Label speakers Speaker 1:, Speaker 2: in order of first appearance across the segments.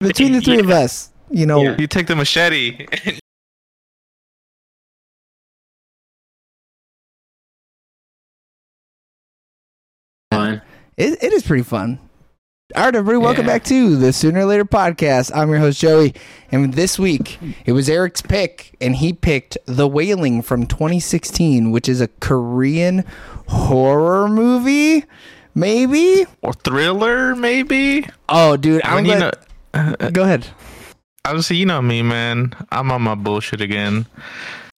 Speaker 1: between the three of us, you know,
Speaker 2: Oh, You take the machete.
Speaker 3: Fine.
Speaker 1: it, it is pretty fun. All right, everybody, welcome
Speaker 2: Yeah.
Speaker 1: back to the Sooner or Later podcast. I'm your host, Joey. And this week, it was Eric's pick, and he picked The Wailing from 2016, which is a Korean horror movie, maybe?
Speaker 2: or thriller, maybe?
Speaker 1: Oh, dude, I'm
Speaker 2: mean,
Speaker 1: glad.
Speaker 2: you know, uh,
Speaker 1: Go ahead.
Speaker 2: obviously, you know me, man. I'm on my bullshit again.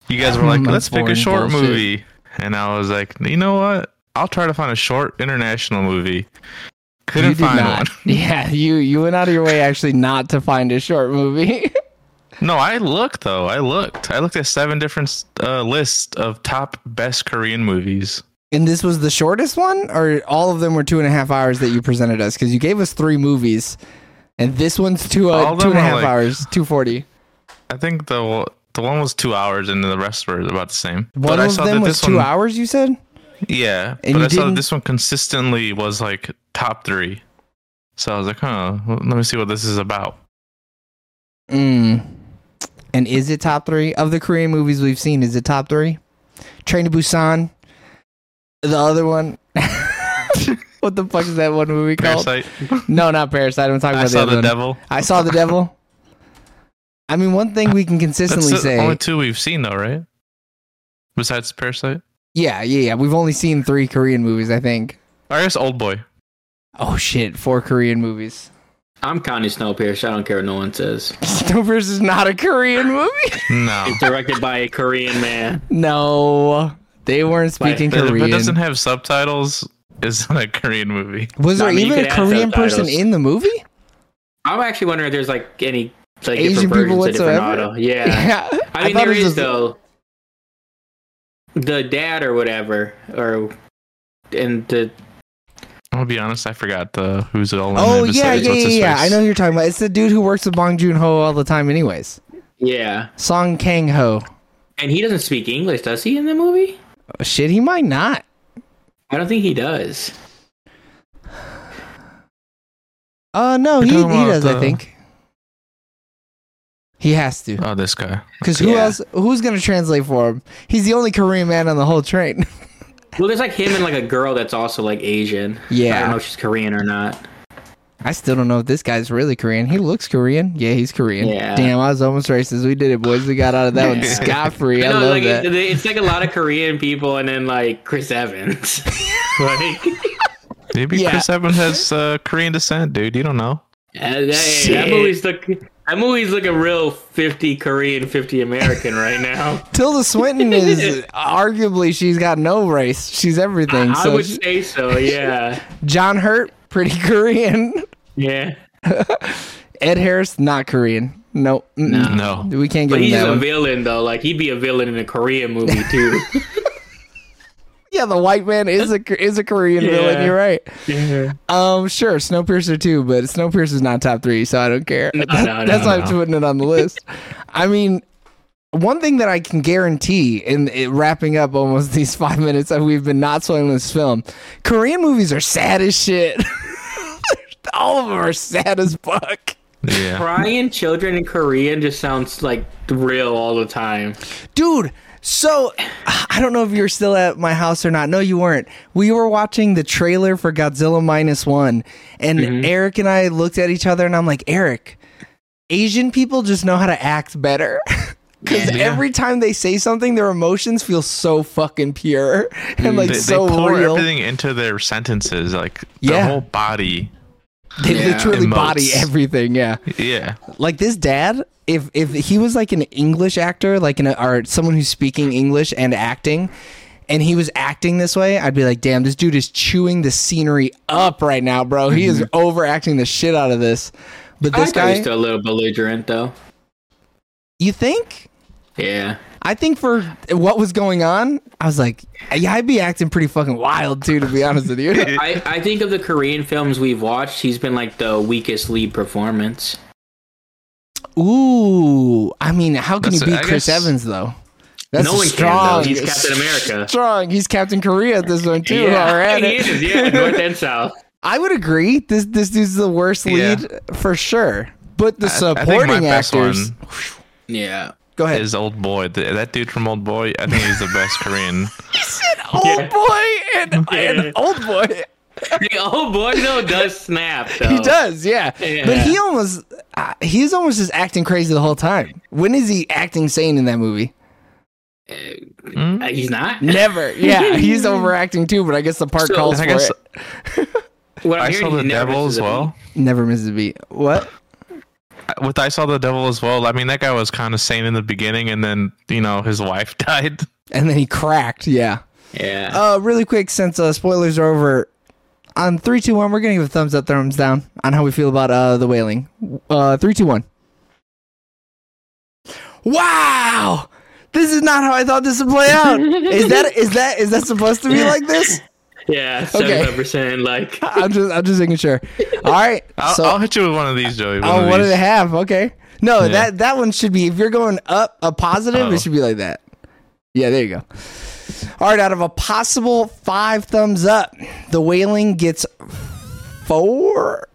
Speaker 2: You guys were like,
Speaker 1: Mm,
Speaker 2: let's pick a
Speaker 1: boring
Speaker 2: short
Speaker 1: bullshit.
Speaker 2: movie. And I was like, you know what? I'll try to find a short international movie. Couldn't
Speaker 1: you did
Speaker 2: find
Speaker 1: not.
Speaker 2: one.
Speaker 1: Yeah, you, you went out of your way actually not to find a short movie.
Speaker 2: No, I looked, though. I looked. I looked at seven different uh, lists of top best Korean movies.
Speaker 1: And this was the shortest one, or all of them were two and a half hours that you presented us because you gave us three movies, and this one's two
Speaker 2: All
Speaker 1: uh,
Speaker 2: of
Speaker 1: two and
Speaker 2: them
Speaker 1: a
Speaker 2: are
Speaker 1: half
Speaker 2: like-
Speaker 1: hours, two forty.
Speaker 2: I think the the one was two hours, and the rest were about the same.
Speaker 1: One
Speaker 2: I
Speaker 1: of them was two
Speaker 2: one,
Speaker 1: hours. You said
Speaker 2: Yeah,
Speaker 1: And
Speaker 2: but
Speaker 1: you
Speaker 2: I saw
Speaker 1: didn't-
Speaker 2: that this one consistently was like top three. So I was like, huh, well, let me see what this is about.
Speaker 1: Mm. And is it top three of the Korean movies we've seen? Is it top three? Train to Busan. The other one. what the fuck is that one movie called?
Speaker 2: Parasite.
Speaker 1: No, not Parasite. I'm talking
Speaker 2: I
Speaker 1: about the
Speaker 2: saw
Speaker 1: other
Speaker 2: the
Speaker 1: one.
Speaker 2: devil.
Speaker 1: I saw the devil. I mean, one thing we can
Speaker 2: That's
Speaker 1: consistently
Speaker 2: the
Speaker 1: say.
Speaker 2: only two we've seen, though, right? Besides Parasite,
Speaker 1: Yeah, yeah, yeah. We've only seen three Korean movies, I think.
Speaker 2: I guess Old Boy.
Speaker 1: Oh shit, four Korean movies.
Speaker 3: I'm Connie Snowpiercer. I don't care what no one says.
Speaker 1: Snowpiercer is not a Korean movie.
Speaker 2: No,
Speaker 3: It's directed by a Korean man.
Speaker 1: no, they weren't
Speaker 3: Like,
Speaker 1: speaking
Speaker 2: if
Speaker 1: Korean.
Speaker 2: it doesn't have subtitles, it's not a Korean movie.
Speaker 1: Was
Speaker 3: No,
Speaker 1: there
Speaker 3: I mean, you
Speaker 1: even a
Speaker 3: could add
Speaker 1: Korean person
Speaker 3: subtitles.
Speaker 1: in the movie?
Speaker 3: I'm actually wondering if there's like any like
Speaker 1: Asian
Speaker 3: different
Speaker 1: people
Speaker 3: versions of different
Speaker 1: whatsoever?
Speaker 3: auto. Yeah. I mean
Speaker 1: thought
Speaker 3: there
Speaker 1: it was
Speaker 3: is
Speaker 1: just-
Speaker 3: though. The dad or whatever or and the
Speaker 2: i will be honest, I forgot the who's it all. in
Speaker 1: Oh yeah,
Speaker 2: it besides
Speaker 1: yeah, yeah,
Speaker 2: what's his
Speaker 1: yeah. I
Speaker 2: face.
Speaker 1: know who you're talking about. It's the dude who works with Bong Joon Ho all the time, anyways.
Speaker 3: yeah.
Speaker 1: Song Kang Ho.
Speaker 3: And he doesn't speak English, does he in the movie?
Speaker 1: Oh, shit, he might not.
Speaker 3: I don't think he does.
Speaker 1: Uh, no,
Speaker 2: You're
Speaker 1: he he
Speaker 2: talking about
Speaker 1: does. I
Speaker 2: the-
Speaker 1: think he has to.
Speaker 2: Oh, this guy.
Speaker 1: Because who
Speaker 3: Yeah.
Speaker 1: else? Who's gonna translate for him? He's the only Korean man on the whole train.
Speaker 3: Well there's like him and like a girl that's also like Asian. I don't know
Speaker 1: yeah,
Speaker 3: if she's Korean or not.
Speaker 1: I, still don't know if this guy's really Korean. He looks Korean. Yeah, he's Korean.
Speaker 3: Yeah.
Speaker 1: Damn, I was almost racist. We did it, boys. We got out of that one
Speaker 3: Yeah.
Speaker 1: scot free. I
Speaker 3: No,
Speaker 1: love
Speaker 3: like
Speaker 1: that.
Speaker 3: It, it's like a lot of Korean people, and then like Chris Evans. like,
Speaker 2: Maybe
Speaker 1: Yeah.
Speaker 2: Chris Evans has uh, Korean descent, dude. You don't know.
Speaker 3: Uh, that, that,
Speaker 1: Shit.
Speaker 3: that movie's look. That movie's looking real fifty Korean, fifty American right now.
Speaker 1: Tilda Swinton is arguably she's got no race. She's everything.
Speaker 3: I
Speaker 1: so
Speaker 3: would
Speaker 1: she-
Speaker 3: say so. Yeah,
Speaker 1: John Hurt, pretty Korean.
Speaker 3: yeah.
Speaker 1: Ed Harris, not Korean. No, mm-mm.
Speaker 2: No.
Speaker 1: we can't
Speaker 3: But
Speaker 1: get him
Speaker 3: he's
Speaker 1: that
Speaker 3: a
Speaker 1: one.
Speaker 3: villain though. Like he'd be a villain in a Korean movie too.
Speaker 1: yeah, the white man is a is a Korean villain.
Speaker 3: Yeah.
Speaker 1: You're right.
Speaker 3: yeah.
Speaker 1: Um, sure, Snowpiercer too, but Snowpiercer's not top three, so I don't care.
Speaker 3: No,
Speaker 1: That-
Speaker 3: no, no,
Speaker 1: that's why I'm
Speaker 2: no.
Speaker 1: putting it on the list. I mean, one thing that I can guarantee in it, wrapping up almost these five minutes that we've been not spoiling this film, Korean movies are sad as shit. All of them are sad as fuck.
Speaker 2: Yeah.
Speaker 3: Crying children in Korean just sounds like real all the time.
Speaker 1: Dude, so I don't know if you were still at my house or not. No, you weren't. We were watching the trailer for Godzilla Minus One, and
Speaker 2: Mm-hmm.
Speaker 1: Eric and I looked at each other, and I'm like, Eric, Asian people just know how to act better. Because
Speaker 2: Yeah.
Speaker 1: every time they say something, their emotions feel so fucking pure and like
Speaker 2: Mm. they,
Speaker 1: so
Speaker 2: they pour
Speaker 1: real.
Speaker 2: everything into their sentences, like
Speaker 1: Yeah.
Speaker 2: their whole body.
Speaker 1: They
Speaker 3: Yeah.
Speaker 1: literally
Speaker 2: Emotes.
Speaker 1: body everything. Yeah.
Speaker 2: Yeah,
Speaker 1: like this dad if if he was like an english actor like an or someone who's speaking english and acting and he was acting this way i'd be like damn this dude is chewing the scenery up right now bro he is overacting the shit out of this but
Speaker 3: Mm-hmm. I
Speaker 1: this
Speaker 3: thought he was
Speaker 1: guy
Speaker 3: still a little belligerent though.
Speaker 1: you think
Speaker 3: Yeah.
Speaker 1: i think for what was going on i was like yeah i'd be acting pretty fucking wild too to be honest with you
Speaker 3: I, I think of the Korean films we've watched, he's been like the weakest lead performance.
Speaker 1: ooh i mean how can
Speaker 2: That's-
Speaker 1: you beat
Speaker 2: I
Speaker 1: chris
Speaker 2: guess-
Speaker 1: evans though that's
Speaker 3: no one
Speaker 1: strong
Speaker 3: can though. He's Captain America.
Speaker 1: strong he's captain korea at this one too
Speaker 3: yeah,
Speaker 1: already
Speaker 3: he is. Yeah, North and South.
Speaker 1: I would agree. This this dude's the worst lead for sure. But the
Speaker 2: I- I think my
Speaker 1: supporting
Speaker 2: best
Speaker 1: actors.
Speaker 2: one
Speaker 4: Yeah.
Speaker 1: Go ahead.
Speaker 2: is Old Boy. Th- That dude from Old Boy, I think he's the best Korean.
Speaker 1: old
Speaker 3: Yeah.
Speaker 1: boy and,
Speaker 3: Yeah.
Speaker 1: and old boy.
Speaker 3: oh boy, no, it does snap. Though.
Speaker 2: Oh.
Speaker 1: He does, yeah.
Speaker 3: Yeah.
Speaker 1: But he almost, uh, he's almost just acting crazy the whole time. When is he acting sane in that movie?
Speaker 3: Uh, He's not.
Speaker 1: Never. Yeah, he's overacting too. But I guess the part
Speaker 4: So-
Speaker 1: calls
Speaker 2: I
Speaker 1: for
Speaker 2: guess
Speaker 1: it.
Speaker 3: What I'm
Speaker 2: I saw
Speaker 3: hearing is
Speaker 2: the
Speaker 3: he never
Speaker 2: devil
Speaker 3: misses
Speaker 2: as
Speaker 3: a
Speaker 2: well.
Speaker 1: Never misses a beat. What?
Speaker 2: With I saw the devil as well. I mean, that guy was kind of sane in the beginning, and then you know his wife died.
Speaker 1: And then he cracked. Yeah.
Speaker 3: beat. Yeah.
Speaker 1: Uh, really quick, since uh, spoilers are over, on three, two, one, we're gonna give a thumbs up, thumbs down on how we feel about uh the whaling. Uh, three, two, one. Wow, this is not how I thought this would play out. is that is that is that supposed to be like this?
Speaker 3: yeah.
Speaker 1: okay.
Speaker 3: Seventy-five percent. Like.
Speaker 1: I'm just I'm just making sure. All right,
Speaker 2: I'll,
Speaker 1: so
Speaker 2: I'll hit you with one of these, Joey. One
Speaker 1: oh,
Speaker 2: of
Speaker 1: one
Speaker 2: these.
Speaker 1: and a half. Okay, no,
Speaker 2: Yeah.
Speaker 1: that that one should be if you're going up a positive,
Speaker 2: Oh.
Speaker 1: it should be like that. Yeah, there you go. All right, out of a possible five thumbs up, the whaling gets four.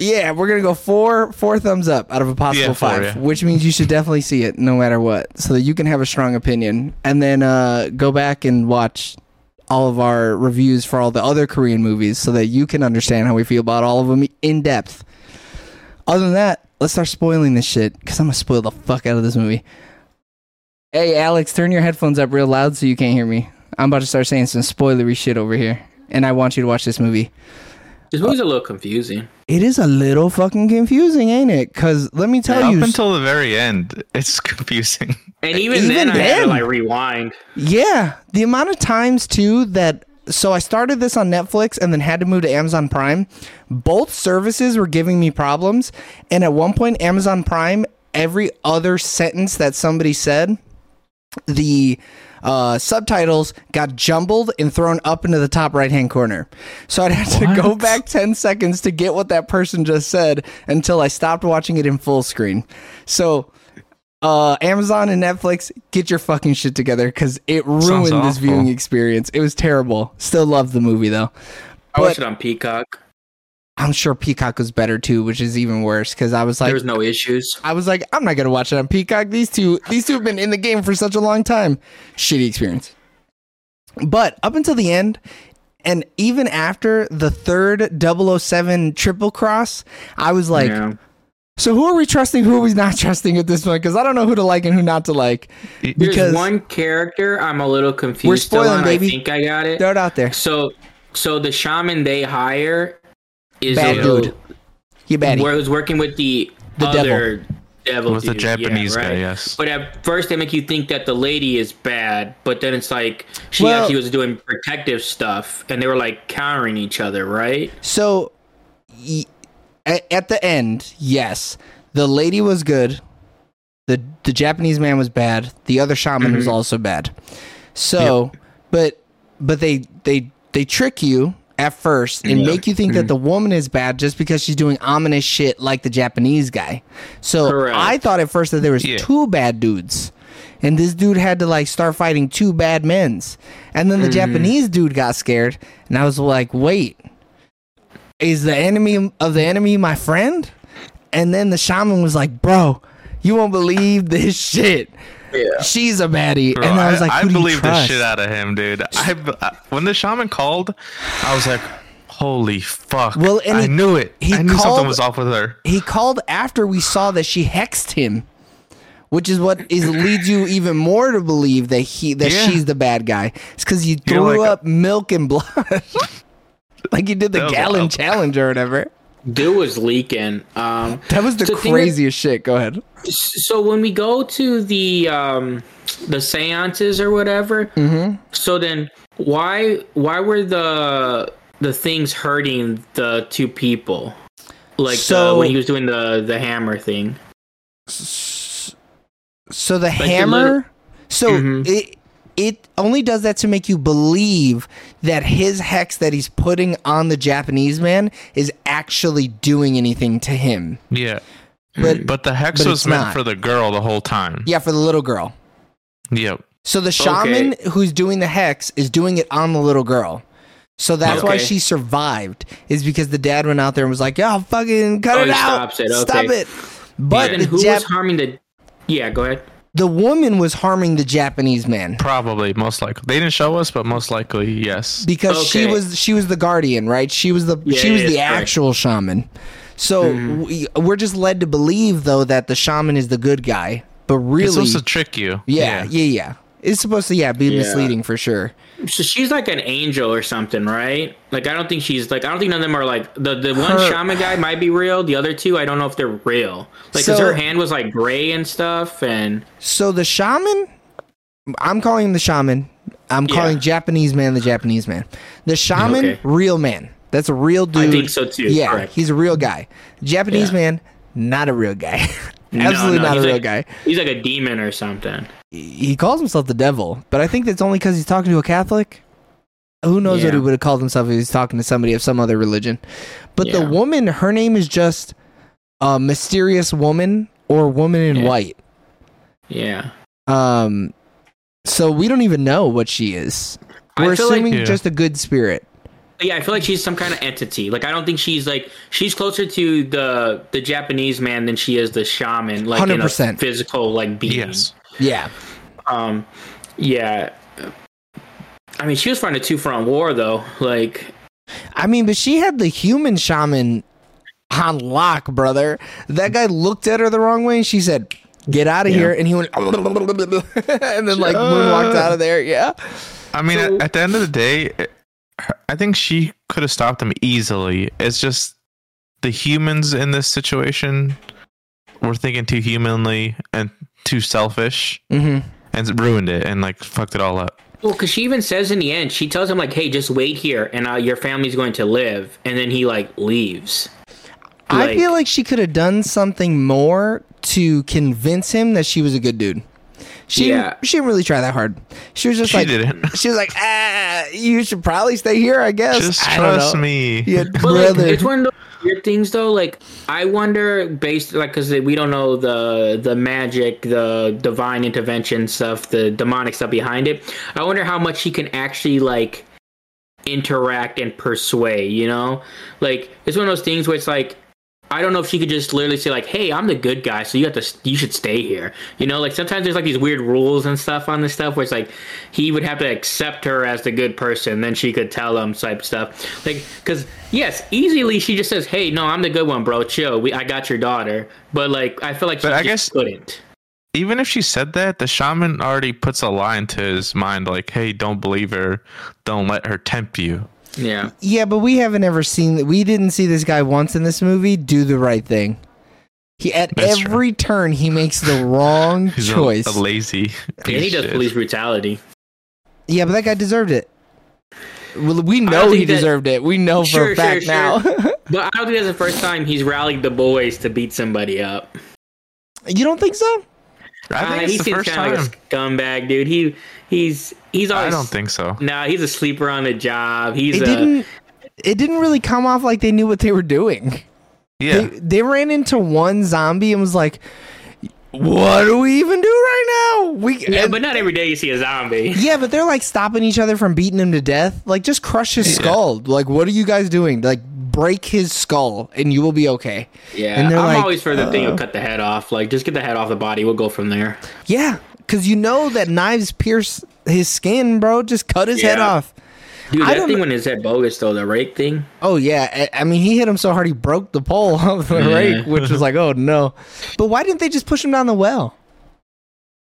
Speaker 1: Yeah, we're gonna go four four thumbs up out of a possible
Speaker 2: Yeah, four,
Speaker 1: five,
Speaker 2: yeah.
Speaker 1: which means you should definitely see it no matter what, so that you can have a strong opinion, and then uh, go back and watch all of our reviews for all the other Korean movies, so that you can understand how we feel about all of them in depth. Other than that, let's start spoiling this shit because I'm gonna spoil the fuck out of this movie. Hey, Alex, turn your headphones up real loud so you can't hear me. I'm about to start saying some spoilery shit over here, and I want you to watch this movie.
Speaker 3: This movie's a little confusing.
Speaker 1: It is a little fucking confusing, ain't it? Because let me tell
Speaker 2: Up
Speaker 1: you,
Speaker 2: until the very end, it's confusing.
Speaker 3: And even,
Speaker 1: Even
Speaker 3: then, I had
Speaker 1: then.
Speaker 3: to like rewind.
Speaker 1: yeah, the amount of times too that. So I started this on Netflix and then had to move to Amazon Prime. Both services were giving me problems, and at one point, Amazon Prime, every other sentence that somebody said, the uh, subtitles got jumbled and thrown up into the top right hand corner. So I'd have to go back 10 seconds to get what that person just said until I stopped watching it in full screen. So uh, Amazon and Netflix, get your fucking shit together because it ruined this
Speaker 2: awful.
Speaker 1: viewing experience. It was terrible. Still love the movie though.
Speaker 3: I
Speaker 1: But-
Speaker 3: watched it on Peacock.
Speaker 1: I'm sure Peacock was better too, which is even worse because I was like,
Speaker 3: There was no issues.
Speaker 1: I was like, I'm not gonna watch it on Peacock. These two, these two have been in the game for such a long time. Shitty experience. But up until the end, and even after the third 007 triple cross, I was like,
Speaker 3: yeah.
Speaker 1: so who are we trusting? Who are we not trusting at this point? Because I don't know who to like and who not to like. Because
Speaker 3: There's one character I'm a little confused.
Speaker 1: We're
Speaker 3: still
Speaker 1: spoiling,
Speaker 3: on.
Speaker 1: baby.
Speaker 3: I think I got it.
Speaker 1: throw it out there,
Speaker 3: So, so the shaman they hire is
Speaker 1: Bad
Speaker 3: a little-
Speaker 1: dude. you baddie.
Speaker 3: Where who's working with the,
Speaker 1: The
Speaker 3: other devil. devil
Speaker 2: With the
Speaker 3: dude,
Speaker 2: Japanese
Speaker 3: yeah,
Speaker 2: guy,
Speaker 3: right?
Speaker 2: yes.
Speaker 3: But at first they make you think that the lady is bad, but then it's like she
Speaker 1: Well-
Speaker 3: actually was doing protective stuff, and they were like countering each other, right?
Speaker 1: So, y- at, at the end, yes, the lady was good. the The Japanese man was bad. The other shaman was
Speaker 3: Mm-hmm.
Speaker 1: also bad. So, but but they they they trick you at first and make you think
Speaker 3: Mm-hmm.
Speaker 1: that the woman is bad just because she's doing ominous shit like the Japanese guy. So
Speaker 3: Correct.
Speaker 1: I thought at first that there was
Speaker 2: Yeah.
Speaker 1: two bad dudes. And this dude had to like start fighting two bad men's. And then the
Speaker 2: Mm-hmm.
Speaker 1: Japanese dude got scared and I was like, "Wait, is the enemy of the enemy my friend? And then the shaman was like, bro, you won't believe this shit. Yeah. She's a baddie.
Speaker 2: Bro,
Speaker 1: and I was like, Who do
Speaker 2: believed
Speaker 1: you trust?
Speaker 2: the shit out of him, dude. I, I- when the shaman called, I was like, "Holy fuck!"
Speaker 1: Well, and
Speaker 2: I
Speaker 1: he-
Speaker 2: knew it.
Speaker 1: he
Speaker 2: I knew
Speaker 1: called-
Speaker 2: something was off with her.
Speaker 1: He called after we saw that she hexed him, which is what is leads you even more to believe that he that
Speaker 2: Yeah.
Speaker 1: she's the bad guy. It's because you
Speaker 2: You're
Speaker 1: threw
Speaker 2: like-
Speaker 1: up milk and blood, like you did the
Speaker 2: That was
Speaker 1: gallon
Speaker 2: wild.
Speaker 1: challenge or whatever.
Speaker 3: Dude was leaking. Um,
Speaker 1: That was the
Speaker 3: So think of-
Speaker 1: craziest shit. Go ahead.
Speaker 3: so when we go to the um the seances or whatever
Speaker 1: Mm-hmm.
Speaker 3: so then why why were the the things hurting the two people like
Speaker 1: So-
Speaker 3: uh, when he was doing the the hammer thing
Speaker 1: So the
Speaker 3: the
Speaker 1: hammer.
Speaker 3: little-
Speaker 1: so
Speaker 3: Mhm.
Speaker 2: Mm-hmm.
Speaker 1: it it only does that to make you believe that his hex that he's putting on the Japanese man is actually doing anything to him.
Speaker 2: Yeah,
Speaker 1: But
Speaker 2: but the hex
Speaker 1: But it's
Speaker 2: was meant
Speaker 1: not.
Speaker 2: for the girl the whole time.
Speaker 1: yeah, for the little girl.
Speaker 2: Yep.
Speaker 1: So the shaman who's doing the hex is doing it on the little girl. So that's why
Speaker 3: Okay.
Speaker 1: she survived, is because the dad went out there and was like, "Yo, fucking cut
Speaker 3: Oh,
Speaker 1: it
Speaker 3: he
Speaker 1: out,
Speaker 3: stops it, okay.
Speaker 1: stop it." But
Speaker 3: Then
Speaker 1: the,
Speaker 3: who
Speaker 1: Jap-
Speaker 3: was harming the? Yeah, go ahead.
Speaker 1: the woman was harming the Japanese man
Speaker 2: Probably, most likely. They didn't show us, but most likely, yes.
Speaker 1: because she
Speaker 3: Okay.
Speaker 1: was she was the guardian, right? She was the she
Speaker 3: yeah,
Speaker 1: was the
Speaker 3: yeah, Mm-hmm. correct.
Speaker 1: actual shaman. So we, we're just led to believe though that the shaman is the good guy, but
Speaker 2: It's
Speaker 1: really,
Speaker 2: supposed to trick you.
Speaker 1: yeah, yeah, yeah, It's supposed to yeah be misleading for sure.
Speaker 3: So she's like an angel or something, right? Like I don't think she's like I don't think none of them are like the the one
Speaker 1: Her-
Speaker 3: shaman guy might be real. The other two I don't know if they're real. Like 'cause
Speaker 1: So-
Speaker 3: her hand was like gray and stuff, and
Speaker 1: So the shaman, I'm calling him the shaman. I'm calling
Speaker 3: Yeah.
Speaker 1: Japanese man the Japanese man. The shaman,
Speaker 3: Okay.
Speaker 1: real man. That's a real dude.
Speaker 3: I think so too.
Speaker 1: Yeah,
Speaker 3: correct.
Speaker 1: he's a real guy. Japanese
Speaker 3: Yeah.
Speaker 1: man, not a real guy.
Speaker 3: No,
Speaker 1: Absolutely
Speaker 3: no,
Speaker 1: not a
Speaker 3: he's
Speaker 1: real
Speaker 3: like-
Speaker 1: guy.
Speaker 3: He's like a demon or something.
Speaker 1: He calls himself the devil, but I think that's only because he's talking to a Catholic. Who knows what
Speaker 3: Yeah.
Speaker 1: he would have called himself if he's talking to somebody of some other religion. But the
Speaker 3: Yeah.
Speaker 1: woman, her name is just a mysterious woman or woman in
Speaker 3: Yeah.
Speaker 1: white.
Speaker 3: Yeah.
Speaker 1: Um, so we don't even know what she is.
Speaker 3: I
Speaker 1: We're
Speaker 3: feel like-
Speaker 1: assuming
Speaker 2: Yeah.
Speaker 1: just a good spirit.
Speaker 3: Yeah, I feel like she's some kind of entity. Like I don't think she's like she's closer to the the Japanese man than she is the shaman, like in a
Speaker 1: 100%.
Speaker 3: physical like being.
Speaker 2: Yes.
Speaker 1: Yeah.
Speaker 3: Um, yeah. I mean, she was fighting a two front war though. Like,
Speaker 1: I mean, but she had the human shaman on lock, brother. That guy looked at her the wrong way and she said, Get out of here. And he went, and then like moonwalked out of there. Yeah.
Speaker 2: I mean,
Speaker 3: So-
Speaker 2: at, at the end of the day, it- her- I think she could have stopped him easily. It's just the humans in this situation were thinking too humanly and too selfish
Speaker 1: Mm-hmm.
Speaker 2: and ruined it and like fucked it all up.
Speaker 3: well, because she even says in the end, she tells him like, "Hey, just wait here, and uh, your family's going to live." And then he like leaves.
Speaker 1: I feel like she could have done something more to convince him that she was a good dude. She,
Speaker 3: Yeah.
Speaker 1: she didn't really try that hard. She was just
Speaker 2: She
Speaker 1: like,
Speaker 2: didn't.
Speaker 1: She was like, ah, you should probably stay here, I guess.
Speaker 2: Just
Speaker 1: I don't
Speaker 2: trust
Speaker 1: know.
Speaker 2: me.
Speaker 1: Yeah,
Speaker 3: But like,
Speaker 1: brother.
Speaker 3: it's one of those weird things though. Like, I wonder based like because we don't know the the magic, the divine intervention stuff, the demonic stuff behind it. I wonder how much he can actually like interact and persuade. You know, like it's one of those things where it's like. I don't know if she could just literally say like, "Hey, I'm the good guy, so you have to, you should stay here." You know, like sometimes there's like these weird rules and stuff on this stuff where it's like he would have to accept her as the good person, then she could tell him type stuff. Like, because yes, easily she just says, "Hey, no, I'm the good one, bro. Chill. We, I got your daughter." But like, I feel like she
Speaker 2: But I
Speaker 3: just
Speaker 2: guess-
Speaker 3: couldn't.
Speaker 2: Even if she said that, the shaman already puts a line to his mind like, hey, don't believe her. Don't let her tempt you.
Speaker 3: Yeah,
Speaker 1: Yeah, but we haven't ever seen. We didn't see this guy once in this movie do the right thing. He at
Speaker 2: That's true.
Speaker 1: every turn he makes the wrong
Speaker 2: He's a-
Speaker 1: choice.
Speaker 2: A, lazy.
Speaker 3: and he
Speaker 2: piece of
Speaker 3: does
Speaker 2: shit.
Speaker 3: police brutality.
Speaker 1: yeah, but that guy deserved it. Well, we
Speaker 3: don't
Speaker 1: know
Speaker 3: think
Speaker 1: he
Speaker 3: that-
Speaker 1: deserved it. We know for a
Speaker 3: Sure, sure,
Speaker 1: fact
Speaker 3: sure.
Speaker 1: now.
Speaker 3: But I don't think that's the first time he's rallied the boys to beat somebody up.
Speaker 1: you don't think so?
Speaker 2: I think
Speaker 3: Uh,
Speaker 2: it's
Speaker 3: he
Speaker 2: the
Speaker 3: seems
Speaker 2: first
Speaker 3: kind
Speaker 2: time.
Speaker 3: of like a scumbag, dude. He he's he's
Speaker 2: I
Speaker 3: always.
Speaker 2: don't think so.
Speaker 3: Nah, he's a sleeper on the job. He's
Speaker 1: It
Speaker 3: a,
Speaker 1: didn't. It didn't really come off like they knew what they were doing.
Speaker 2: Yeah.
Speaker 1: They, they ran into one zombie and was like, "What do we even do right now?" We
Speaker 3: Yeah,
Speaker 1: and-
Speaker 3: eh, but not every day you see a zombie.
Speaker 1: Yeah, but they're like stopping each other from beating him to death. Like, just crush his skull. Like, what are you guys doing? Like, break his skull and you will be okay.
Speaker 3: Yeah,
Speaker 1: And
Speaker 3: I'm
Speaker 1: they're like, uh,
Speaker 3: always for the thing of cut the head off. Like, just get the head off the body. We'll go from there.
Speaker 1: Yeah, because you know that knives pierce his skin, bro. Just cut his head
Speaker 3: Yeah.
Speaker 1: off.
Speaker 3: Dude,
Speaker 1: I
Speaker 3: that
Speaker 1: don't
Speaker 3: thing
Speaker 1: kn-
Speaker 3: when is that bogus though? The rape thing.
Speaker 1: Oh, yeah. I, I mean, he hit him so hard he broke the pole of the rake, which was like, oh, no. But why didn't they just push him down the well?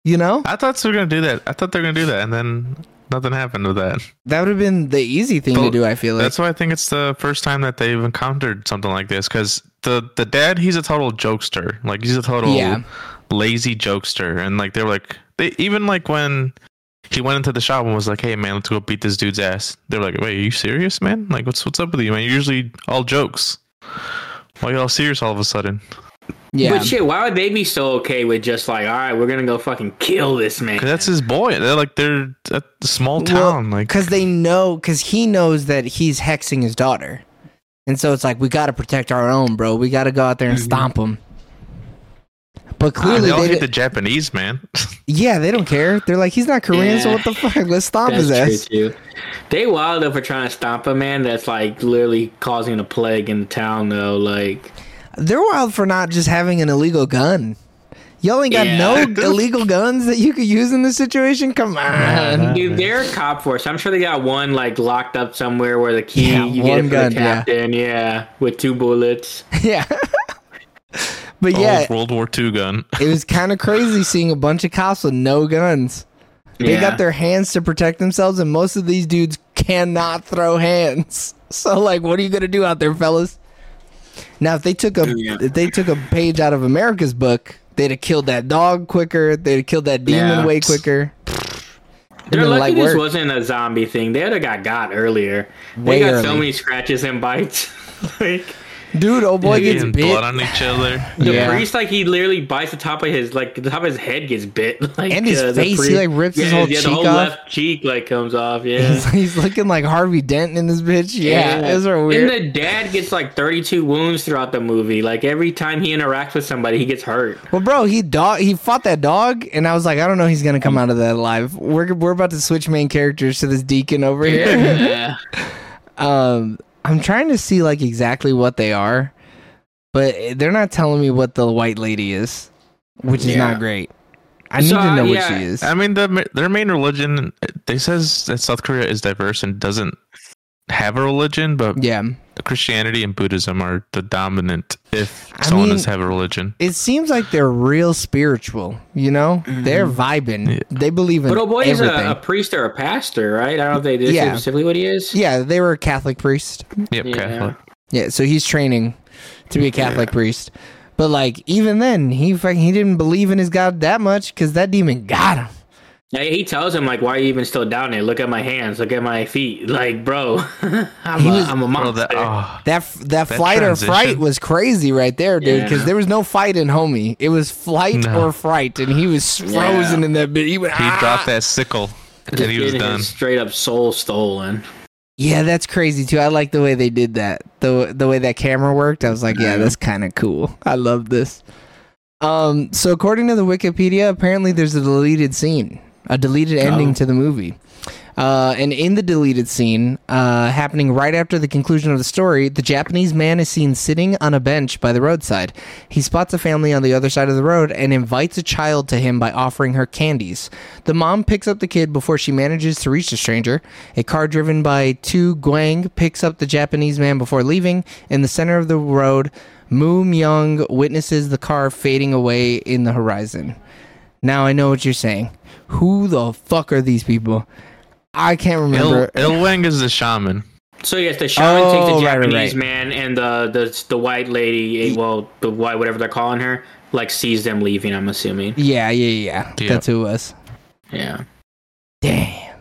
Speaker 1: You know?
Speaker 2: I thought they were gonna do that. I thought they were gonna do that, and then nothing happened with that.
Speaker 1: That would have been the easy thing to
Speaker 2: Well,
Speaker 1: do, I feel like.
Speaker 2: That's why I think it's the first time that they've encountered something like this. Because the the dad, he's a total jokester. Like he's a total
Speaker 1: Yeah.
Speaker 2: lazy jokester, and like they were like they even like when he went into the shop and was like, "Hey man, let's go beat this dude's ass." They were like, "Wait, are you serious, man? Like what's what's up with you, man? You're usually all jokes. Why you all serious all of a sudden?"
Speaker 1: Yeah.
Speaker 3: But shit, why would they be so okay with just like, all right, we're gonna go fucking kill this man?
Speaker 2: 'Cause that's his boy. They're like they're a small town. like
Speaker 1: because they know because he knows that he's hexing his daughter and so it's like we gotta protect our own bro we gotta go out there and stomp him But
Speaker 2: Mm-hmm. Ah,
Speaker 1: clearly,
Speaker 2: they all
Speaker 1: they
Speaker 2: hate
Speaker 1: di-
Speaker 2: the Japanese man.
Speaker 1: yeah, they don't care. They're like, he's not Korean, so
Speaker 3: Yeah.
Speaker 1: what the fuck? Let's stomp
Speaker 3: That's
Speaker 1: his
Speaker 3: true
Speaker 1: ass.
Speaker 3: too. They wild up for trying to stop a man that's like literally causing a plague in the town though. Like
Speaker 1: They're wild for not just having an illegal gun. Y'all ain't got
Speaker 3: Yeah.
Speaker 1: no illegal guns that you could use in this situation. Come on.
Speaker 3: dude, they're a cop force. I'm sure they got one like locked up somewhere where the key
Speaker 1: Yeah,
Speaker 3: you
Speaker 1: one
Speaker 3: get it from
Speaker 1: gun,
Speaker 3: the
Speaker 1: yeah.
Speaker 3: captain, yeah, with two bullets.
Speaker 1: Yeah. but yeah,
Speaker 2: Old World War II gun.
Speaker 1: it was kind of crazy seeing a bunch of cops with no guns. They
Speaker 3: Yeah.
Speaker 1: got their hands to protect themselves, and most of these dudes cannot throw hands. So, like, what are you gonna do out there, fellas? Now, if they took a
Speaker 3: Yeah.
Speaker 1: if they took a page out of America's book, they'd have killed that dog quicker. They'd have killed that demon
Speaker 3: Yeah.
Speaker 1: way quicker.
Speaker 3: They're
Speaker 1: Been
Speaker 3: lucky
Speaker 1: light
Speaker 3: this
Speaker 1: work.
Speaker 3: wasn't a zombie thing. They would have got got earlier.
Speaker 1: Way
Speaker 3: they got
Speaker 1: early.
Speaker 3: so many scratches and bites. like
Speaker 1: Dude, old boy gets
Speaker 2: Getting
Speaker 1: bit.
Speaker 2: blood on each other.
Speaker 3: the
Speaker 1: Yeah.
Speaker 3: priest, like he literally bites the top of his like the top of his head gets bit. Like uh,
Speaker 1: And his
Speaker 3: the
Speaker 1: face, he,
Speaker 3: priest-
Speaker 1: like, rips his
Speaker 3: Yeah,
Speaker 1: whole
Speaker 3: yeah, the
Speaker 1: cheek
Speaker 3: whole
Speaker 1: off.
Speaker 3: left cheek like comes off. Yeah.
Speaker 1: He's, he's looking like Harvey Dent in this bitch. Yeah, those are weird.
Speaker 3: And the dad gets like 32 wounds throughout the movie. Like every time he interacts with somebody, he gets hurt.
Speaker 1: Well, bro, he dog he fought that dog, and I was like, I don't know, he's gonna come out of that alive. We're we're about to switch main characters to this deacon over here.
Speaker 3: Yeah.
Speaker 1: um, I'm trying to see like exactly what they are, but they're not telling me what the white lady is, which is
Speaker 3: Yeah.
Speaker 1: not great. I need
Speaker 3: So,
Speaker 1: to
Speaker 3: uh,
Speaker 1: know what
Speaker 3: yeah,
Speaker 1: she is.
Speaker 2: I mean, the, their main religion. They says that South Korea is diverse and doesn't have a religion, but
Speaker 1: yeah,
Speaker 2: Christianity and Buddhism are the dominant. If
Speaker 1: I
Speaker 2: someone
Speaker 1: mean-
Speaker 2: does have a religion,
Speaker 1: it seems like they're real spiritual. You know, they're vibing.
Speaker 2: Yeah.
Speaker 1: They believe in
Speaker 3: Mm-hmm. But oh boy, he's
Speaker 1: everything.
Speaker 3: a, a priest or a pastor, right? I don't know if they did
Speaker 1: Yeah.
Speaker 3: say specifically what he is.
Speaker 1: yeah, they were a Catholic priest.
Speaker 2: yep,
Speaker 3: Yeah.
Speaker 2: Catholic.
Speaker 1: Yeah, so he's training to be a Catholic priest. But like even then, he fucking he didn't believe in his god that much because that demon got him.
Speaker 3: Yeah, He tells him, like, why are you even still down there? Look at my hands. Look at my feet. Like, bro, I'm,
Speaker 1: He
Speaker 3: a,
Speaker 1: was-
Speaker 3: am a
Speaker 2: Bro,
Speaker 3: monster.
Speaker 2: that, oh,
Speaker 1: That f- that,
Speaker 2: That
Speaker 1: flight
Speaker 2: transition.
Speaker 1: or fright was crazy right there, dude. Because
Speaker 3: Yeah.
Speaker 1: there was no fight in homie. It was flight
Speaker 2: No.
Speaker 1: or fright, and he was frozen in that bit. He went.
Speaker 2: he
Speaker 1: "Ah!"
Speaker 2: dropped that sickle and
Speaker 3: Just
Speaker 2: he was
Speaker 3: getting his
Speaker 2: done.
Speaker 3: Straight up soul stolen.
Speaker 1: Yeah, that's crazy too. I like the way they did that. the The way that camera worked, I was like, yeah, that's kind of cool. I love this. Um, so according to the Wikipedia, apparently there's a deleted scene, a deleted ending to the movie. Uh, and in the deleted scene, uh, happening right after the conclusion of the story, the Japanese man is seen sitting on a bench by the roadside. He spots a family on the other side of the road and invites a child to him by offering her candies. The mom picks up the kid before she manages to reach the stranger. A car driven by two Guang picks up the Japanese man before leaving. In the center of the road, Moo Myung witnesses the car fading away in the horizon. Now I know what you're saying. Who the fuck are these people? I can't
Speaker 2: Il,
Speaker 1: remember.
Speaker 2: Il Wang is the shaman.
Speaker 3: So yes, the shaman takes
Speaker 1: Oh,
Speaker 3: the
Speaker 1: right, right, right.
Speaker 3: Japanese man and the, the the white lady, eh, well, the white whatever they're calling her, like sees them leaving. I'm assuming.
Speaker 1: yeah, yeah, yeah,
Speaker 2: Yeah.
Speaker 1: That's who it was.
Speaker 3: Yeah.
Speaker 1: Damn.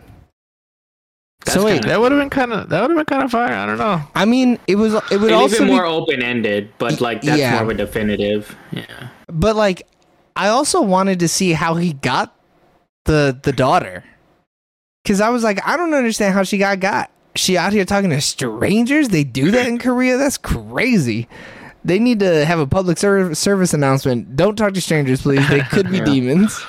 Speaker 3: That's
Speaker 1: so wait,
Speaker 3: kinda-
Speaker 2: That would have been kind of. That would have been kind of fire. I don't know.
Speaker 1: I mean, it was it would
Speaker 3: It leaves
Speaker 1: also
Speaker 3: it
Speaker 1: be,
Speaker 3: more open ended, but like that's
Speaker 1: yeah.
Speaker 3: more of a definitive. Yeah.
Speaker 1: but like I also wanted to see how he got the the daughter. Cuz I was like, I don't understand how she got got. She out here talking to strangers? They do that in Korea? That's crazy. They need to have a public ser- service announcement. Don't talk to strangers, please. They could be demons.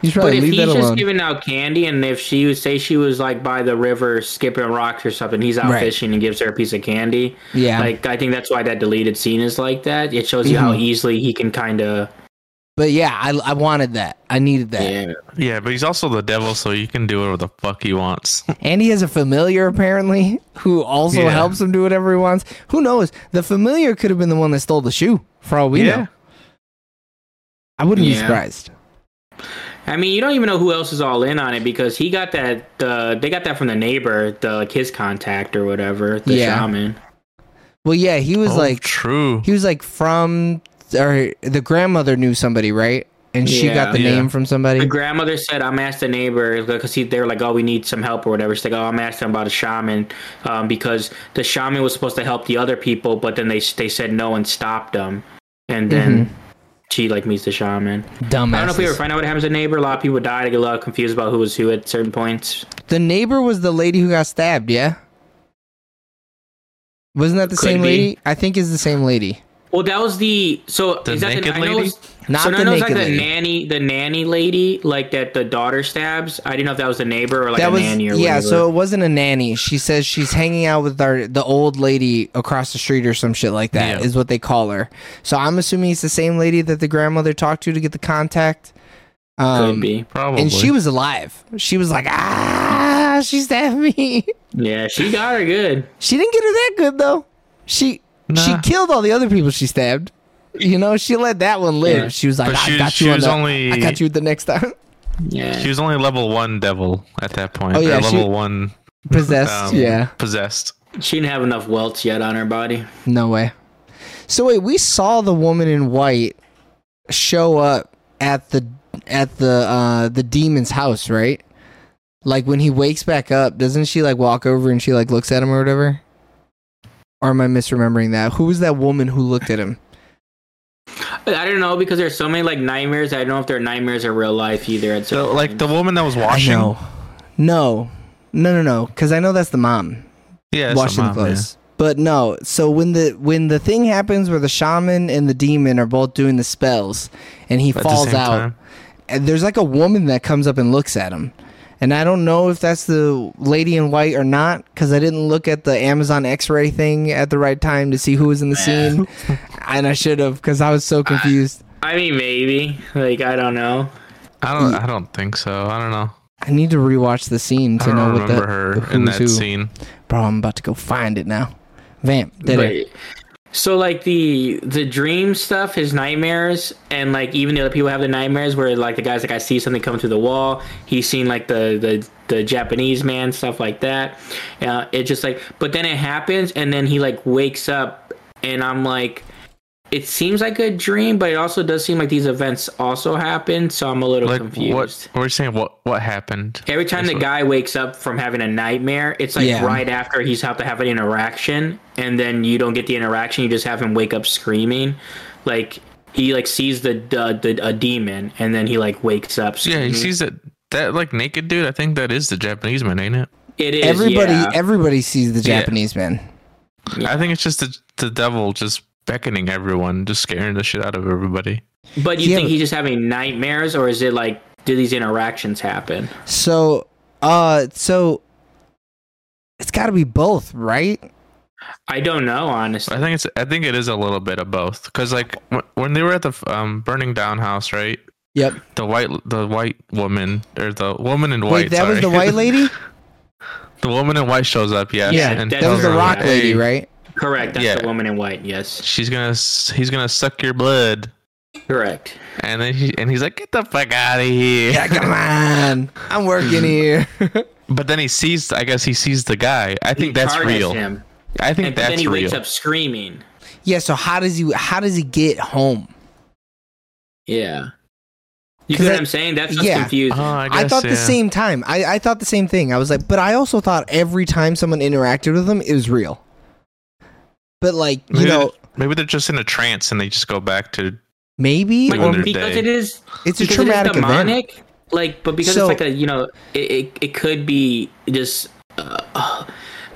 Speaker 1: You should
Speaker 3: But
Speaker 1: probably
Speaker 3: if
Speaker 1: leave
Speaker 3: he's
Speaker 1: that
Speaker 3: just
Speaker 1: alone.
Speaker 3: giving out candy, and if she was say she was like by the river skipping rocks or something, he's out
Speaker 1: Right.
Speaker 3: fishing and gives her a piece of candy.
Speaker 1: yeah.
Speaker 3: Like I think that's why that deleted scene is like that. It shows you how
Speaker 1: Mhm.
Speaker 3: easily he can kind of.
Speaker 1: But yeah, I, I wanted that. I needed that.
Speaker 3: Yeah.
Speaker 2: Yeah, but he's also the devil, so he can do whatever the fuck he wants.
Speaker 1: And he has a familiar apparently who also
Speaker 2: Yeah.
Speaker 1: helps him do whatever he wants. Who knows? The familiar could have been the one that stole the shoe. For all we
Speaker 2: Yeah.
Speaker 1: know, I wouldn't be
Speaker 3: Yeah.
Speaker 1: surprised.
Speaker 3: I mean, you don't even know who else is all in on it because he got that. Uh, they got that from the neighbor, the like his contact or whatever, the
Speaker 1: Yeah.
Speaker 3: shaman.
Speaker 1: Well, yeah, he was
Speaker 2: Oh,
Speaker 1: like
Speaker 2: true.
Speaker 1: he was like from or the grandmother knew somebody, right? And she got
Speaker 3: Yeah.
Speaker 1: the
Speaker 2: Yeah.
Speaker 1: name from
Speaker 3: The
Speaker 1: somebody.
Speaker 3: grandmother said, "I'm asked the neighbor because he they were like, oh, we need some help or whatever." She's like, "Oh, I'm asking about a shaman um, because the shaman was supposed to help the other people, but then they they said no and stopped them, and then."
Speaker 1: Mm-hmm.
Speaker 3: She like meets the shaman.
Speaker 1: Dumbass.
Speaker 3: I don't know if we ever find out what happens to the neighbor. A lot of people died. I get a lot confused about who was who at certain points.
Speaker 1: the neighbor was the lady who got stabbed. Yeah. Wasn't that the
Speaker 3: Could
Speaker 1: same
Speaker 3: be.
Speaker 1: lady? I think is the same lady.
Speaker 3: Well, that was the so
Speaker 2: The
Speaker 3: is that
Speaker 2: naked
Speaker 3: the Nanos?
Speaker 2: lady?
Speaker 1: Not
Speaker 3: so
Speaker 1: the
Speaker 3: Nanos
Speaker 1: naked
Speaker 3: like
Speaker 1: lady.
Speaker 3: the nanny, the nanny lady, like that the daughter stabs. I didn't know if that was the neighbor or like
Speaker 1: that
Speaker 3: a
Speaker 1: was
Speaker 3: nanny or
Speaker 1: yeah.
Speaker 3: whatever.
Speaker 1: So it wasn't a nanny. She says she's hanging out with our the old lady across the street or some shit like that is
Speaker 2: Yeah.
Speaker 1: what they call her. So I'm assuming it's the same lady that the grandmother talked to to get the contact.
Speaker 3: could
Speaker 1: Um,
Speaker 3: be.
Speaker 2: Probably.
Speaker 1: and she was alive. She was like, ah, she stabbed me.
Speaker 3: Yeah, she got her good.
Speaker 1: She didn't get her that good though. She she
Speaker 2: Nah.
Speaker 1: killed all the other people she stabbed. You know, she let that one live.
Speaker 3: Yeah.
Speaker 1: She was like,
Speaker 2: But
Speaker 1: I
Speaker 2: she-
Speaker 1: got
Speaker 2: she
Speaker 1: you on
Speaker 2: was
Speaker 1: the,
Speaker 2: only-
Speaker 1: I got you the next time.
Speaker 3: Yeah,
Speaker 2: She was only level one devil at that point.
Speaker 1: Oh,
Speaker 2: Oh
Speaker 1: yeah, she-
Speaker 2: level one.
Speaker 1: Possessed.
Speaker 2: um,
Speaker 1: yeah.
Speaker 2: Possessed.
Speaker 3: she didn't have enough welts yet on her body.
Speaker 1: No way. So wait, we saw the woman in white show up at the at the uh the demon's house, right? Like when he wakes back up, doesn't she like walk over and she like looks at him or whatever? Or am I misremembering that? Who was that woman who looked at him?
Speaker 3: I don't know because there's so many like nightmares. I don't know if they're nightmares or real life either. At
Speaker 2: The,
Speaker 3: certain
Speaker 2: like the
Speaker 3: times.
Speaker 2: woman that was
Speaker 1: I
Speaker 2: washing.
Speaker 1: know. No. No, no, no. Because I know that's the mom.
Speaker 2: Yeah, it's
Speaker 1: washing
Speaker 2: the mom, yeah.
Speaker 1: clothes. But no, so when the when the thing happens where the shaman and the demon are both doing the spells and he
Speaker 2: At the
Speaker 1: falls
Speaker 2: same
Speaker 1: out,
Speaker 2: time.
Speaker 1: and there's like a woman that comes up and looks at him. And I don't know if that's the lady in white or not cuz I didn't look at the Amazon X-ray thing at the right time to see who was in the scene. and I should have cuz I was so confused.
Speaker 3: I mean, maybe like I don't know.
Speaker 2: I don't. I don't think so. I don't know.
Speaker 1: I need to rewatch the scene
Speaker 2: I
Speaker 1: to
Speaker 2: don't
Speaker 1: know what
Speaker 2: remember
Speaker 1: the
Speaker 2: her
Speaker 1: who
Speaker 2: in
Speaker 1: was
Speaker 2: that
Speaker 1: who.
Speaker 2: scene.
Speaker 1: Bro, I'm about to go find it now. Vamp, did it.
Speaker 3: But- so like the the dream stuff, his nightmares, and like even the other people have the nightmares where like the guys like I see something come through the wall. He's seen like the the the Japanese man stuff like that. Uh, it just like but then it happens and then he like wakes up and I'm like. It seems like a dream, but it also does seem like these events also happen, so I'm a little
Speaker 2: Like
Speaker 3: confused.
Speaker 2: what? We're saying what? What happened?
Speaker 3: Every time the
Speaker 2: That's what-
Speaker 3: guy wakes up from having a nightmare, it's like
Speaker 1: Yeah.
Speaker 3: right after he's have to have an interaction, and then you don't get the interaction. You just have him wake up screaming, like he like sees the the, the a demon, and then he like wakes up.
Speaker 2: Yeah,
Speaker 3: Screaming.
Speaker 2: he sees that that like naked dude. I think that is the Japanese man, ain't it?
Speaker 3: it is
Speaker 1: Everybody
Speaker 3: yeah.
Speaker 1: everybody sees the
Speaker 2: Yeah.
Speaker 1: Japanese man.
Speaker 2: I think it's just the the devil just beckoning everyone, just scaring the shit out of everybody.
Speaker 3: but you
Speaker 1: yeah.
Speaker 3: think he's just having nightmares, or is it like do these interactions happen?
Speaker 1: So, uh, so it's got to be both, right?
Speaker 3: I don't know, honestly.
Speaker 2: I think it's I think it is a little bit of both because like wh- when they were at the um, burning down house, right?
Speaker 1: Yep.
Speaker 2: The white the white woman or the woman in white.
Speaker 1: Wait, that was
Speaker 2: sorry.
Speaker 1: the white lady.
Speaker 2: the woman in white shows up. Yeah,
Speaker 1: Yeah,
Speaker 3: that
Speaker 1: that
Speaker 2: tells
Speaker 1: was the
Speaker 2: her,
Speaker 1: rock
Speaker 2: like,
Speaker 1: lady,
Speaker 2: "Hey,
Speaker 1: right?
Speaker 3: Correct. That's
Speaker 2: Yeah.
Speaker 3: the woman in white. Yes.
Speaker 2: She's gonna s- he's gonna suck your blood,
Speaker 3: Correct.
Speaker 2: and then he, and he's like, get the fuck out of here.
Speaker 1: Yeah, come on, I'm working here.
Speaker 2: But then he sees. I guess he sees the guy. I think that's
Speaker 3: Tarnish
Speaker 2: real.
Speaker 3: Him,
Speaker 2: I think
Speaker 3: and
Speaker 2: that's
Speaker 3: then he
Speaker 2: real.
Speaker 3: wakes up screaming.
Speaker 1: yeah. So how does he? How does he get home?
Speaker 3: Yeah. You
Speaker 1: 'Cause
Speaker 3: get
Speaker 1: I-
Speaker 3: what I'm saying? That's just
Speaker 1: yeah.
Speaker 3: confusing.
Speaker 2: Oh,
Speaker 1: I,
Speaker 2: guess,
Speaker 1: thought
Speaker 2: yeah.
Speaker 1: the same time. I, I thought the same thing. I was like, but I also thought every time someone interacted with him, it was real. But like you
Speaker 2: Maybe
Speaker 1: know,
Speaker 2: they're, maybe they're just in a trance and they just go back to
Speaker 1: maybe
Speaker 2: Like,
Speaker 1: or
Speaker 2: wonder-
Speaker 3: because
Speaker 2: day.
Speaker 3: it is
Speaker 1: it's a
Speaker 3: because
Speaker 1: traumatic
Speaker 3: it is
Speaker 1: event.
Speaker 3: demonic, like but because
Speaker 1: So-
Speaker 3: it's like a you know it it, it could be just uh, uh,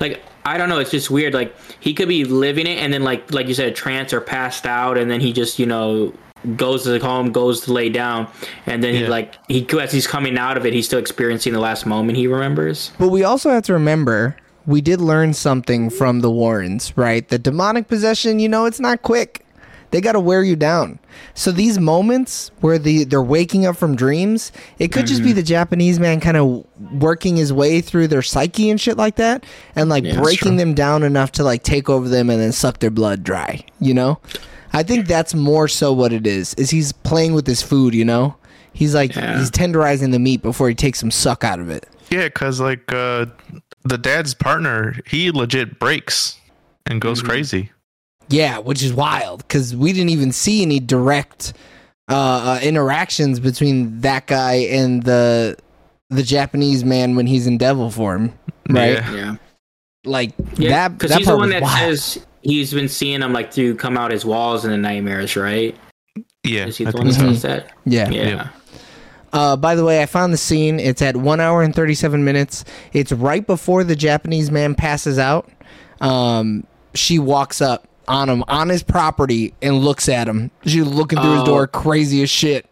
Speaker 3: like I don't know. It's just weird. Like he could be living it and then like like you said, trance or passed out, and then he just you know goes to the home, goes to lay down, and then he
Speaker 2: Yeah.
Speaker 3: like he as he's coming out of it, he's still experiencing the last moment he remembers.
Speaker 1: But we also have to remember we did learn something from the Warrens, right? The demonic possession, you know, it's not quick. They got to wear you down. So these moments where the they're waking up from dreams, it could just
Speaker 3: Mm-hmm.
Speaker 1: be the Japanese man kind of working his way through their psyche and shit like that, and like
Speaker 3: Yeah, that's
Speaker 1: breaking them down enough to like take over them and then suck their blood dry. You know, I think that's more so what it is. Is he's playing with his food? You know, he's like
Speaker 3: Yeah.
Speaker 1: he's tenderizing the meat before he takes some suck out of it.
Speaker 2: Yeah, because like uh, the dad's partner, he legit breaks and goes
Speaker 3: Mm-hmm.
Speaker 2: crazy.
Speaker 1: Yeah, which is wild because we didn't even see any direct uh, uh, interactions between that guy and the the Japanese man when he's in devil form, right?
Speaker 2: Yeah.
Speaker 3: Yeah.
Speaker 1: Like
Speaker 3: Yeah,
Speaker 1: that.
Speaker 3: because
Speaker 1: That
Speaker 3: he's the
Speaker 1: part
Speaker 3: one
Speaker 1: was
Speaker 3: that
Speaker 1: wild.
Speaker 3: says he's been seeing him like through come out his walls in the nightmares, right?
Speaker 2: Yeah,
Speaker 3: Is he
Speaker 2: I
Speaker 3: the one
Speaker 2: think
Speaker 3: that
Speaker 2: so.
Speaker 3: says that?
Speaker 1: yeah.
Speaker 3: Yeah.
Speaker 2: Yeah.
Speaker 1: Uh, by the way, I found the scene. It's at one hour and thirty-seven minutes. It's right before the Japanese man passes out. Um, she walks up on him on his property and looks at him. She's looking through his
Speaker 3: Oh.
Speaker 1: door, crazy as shit.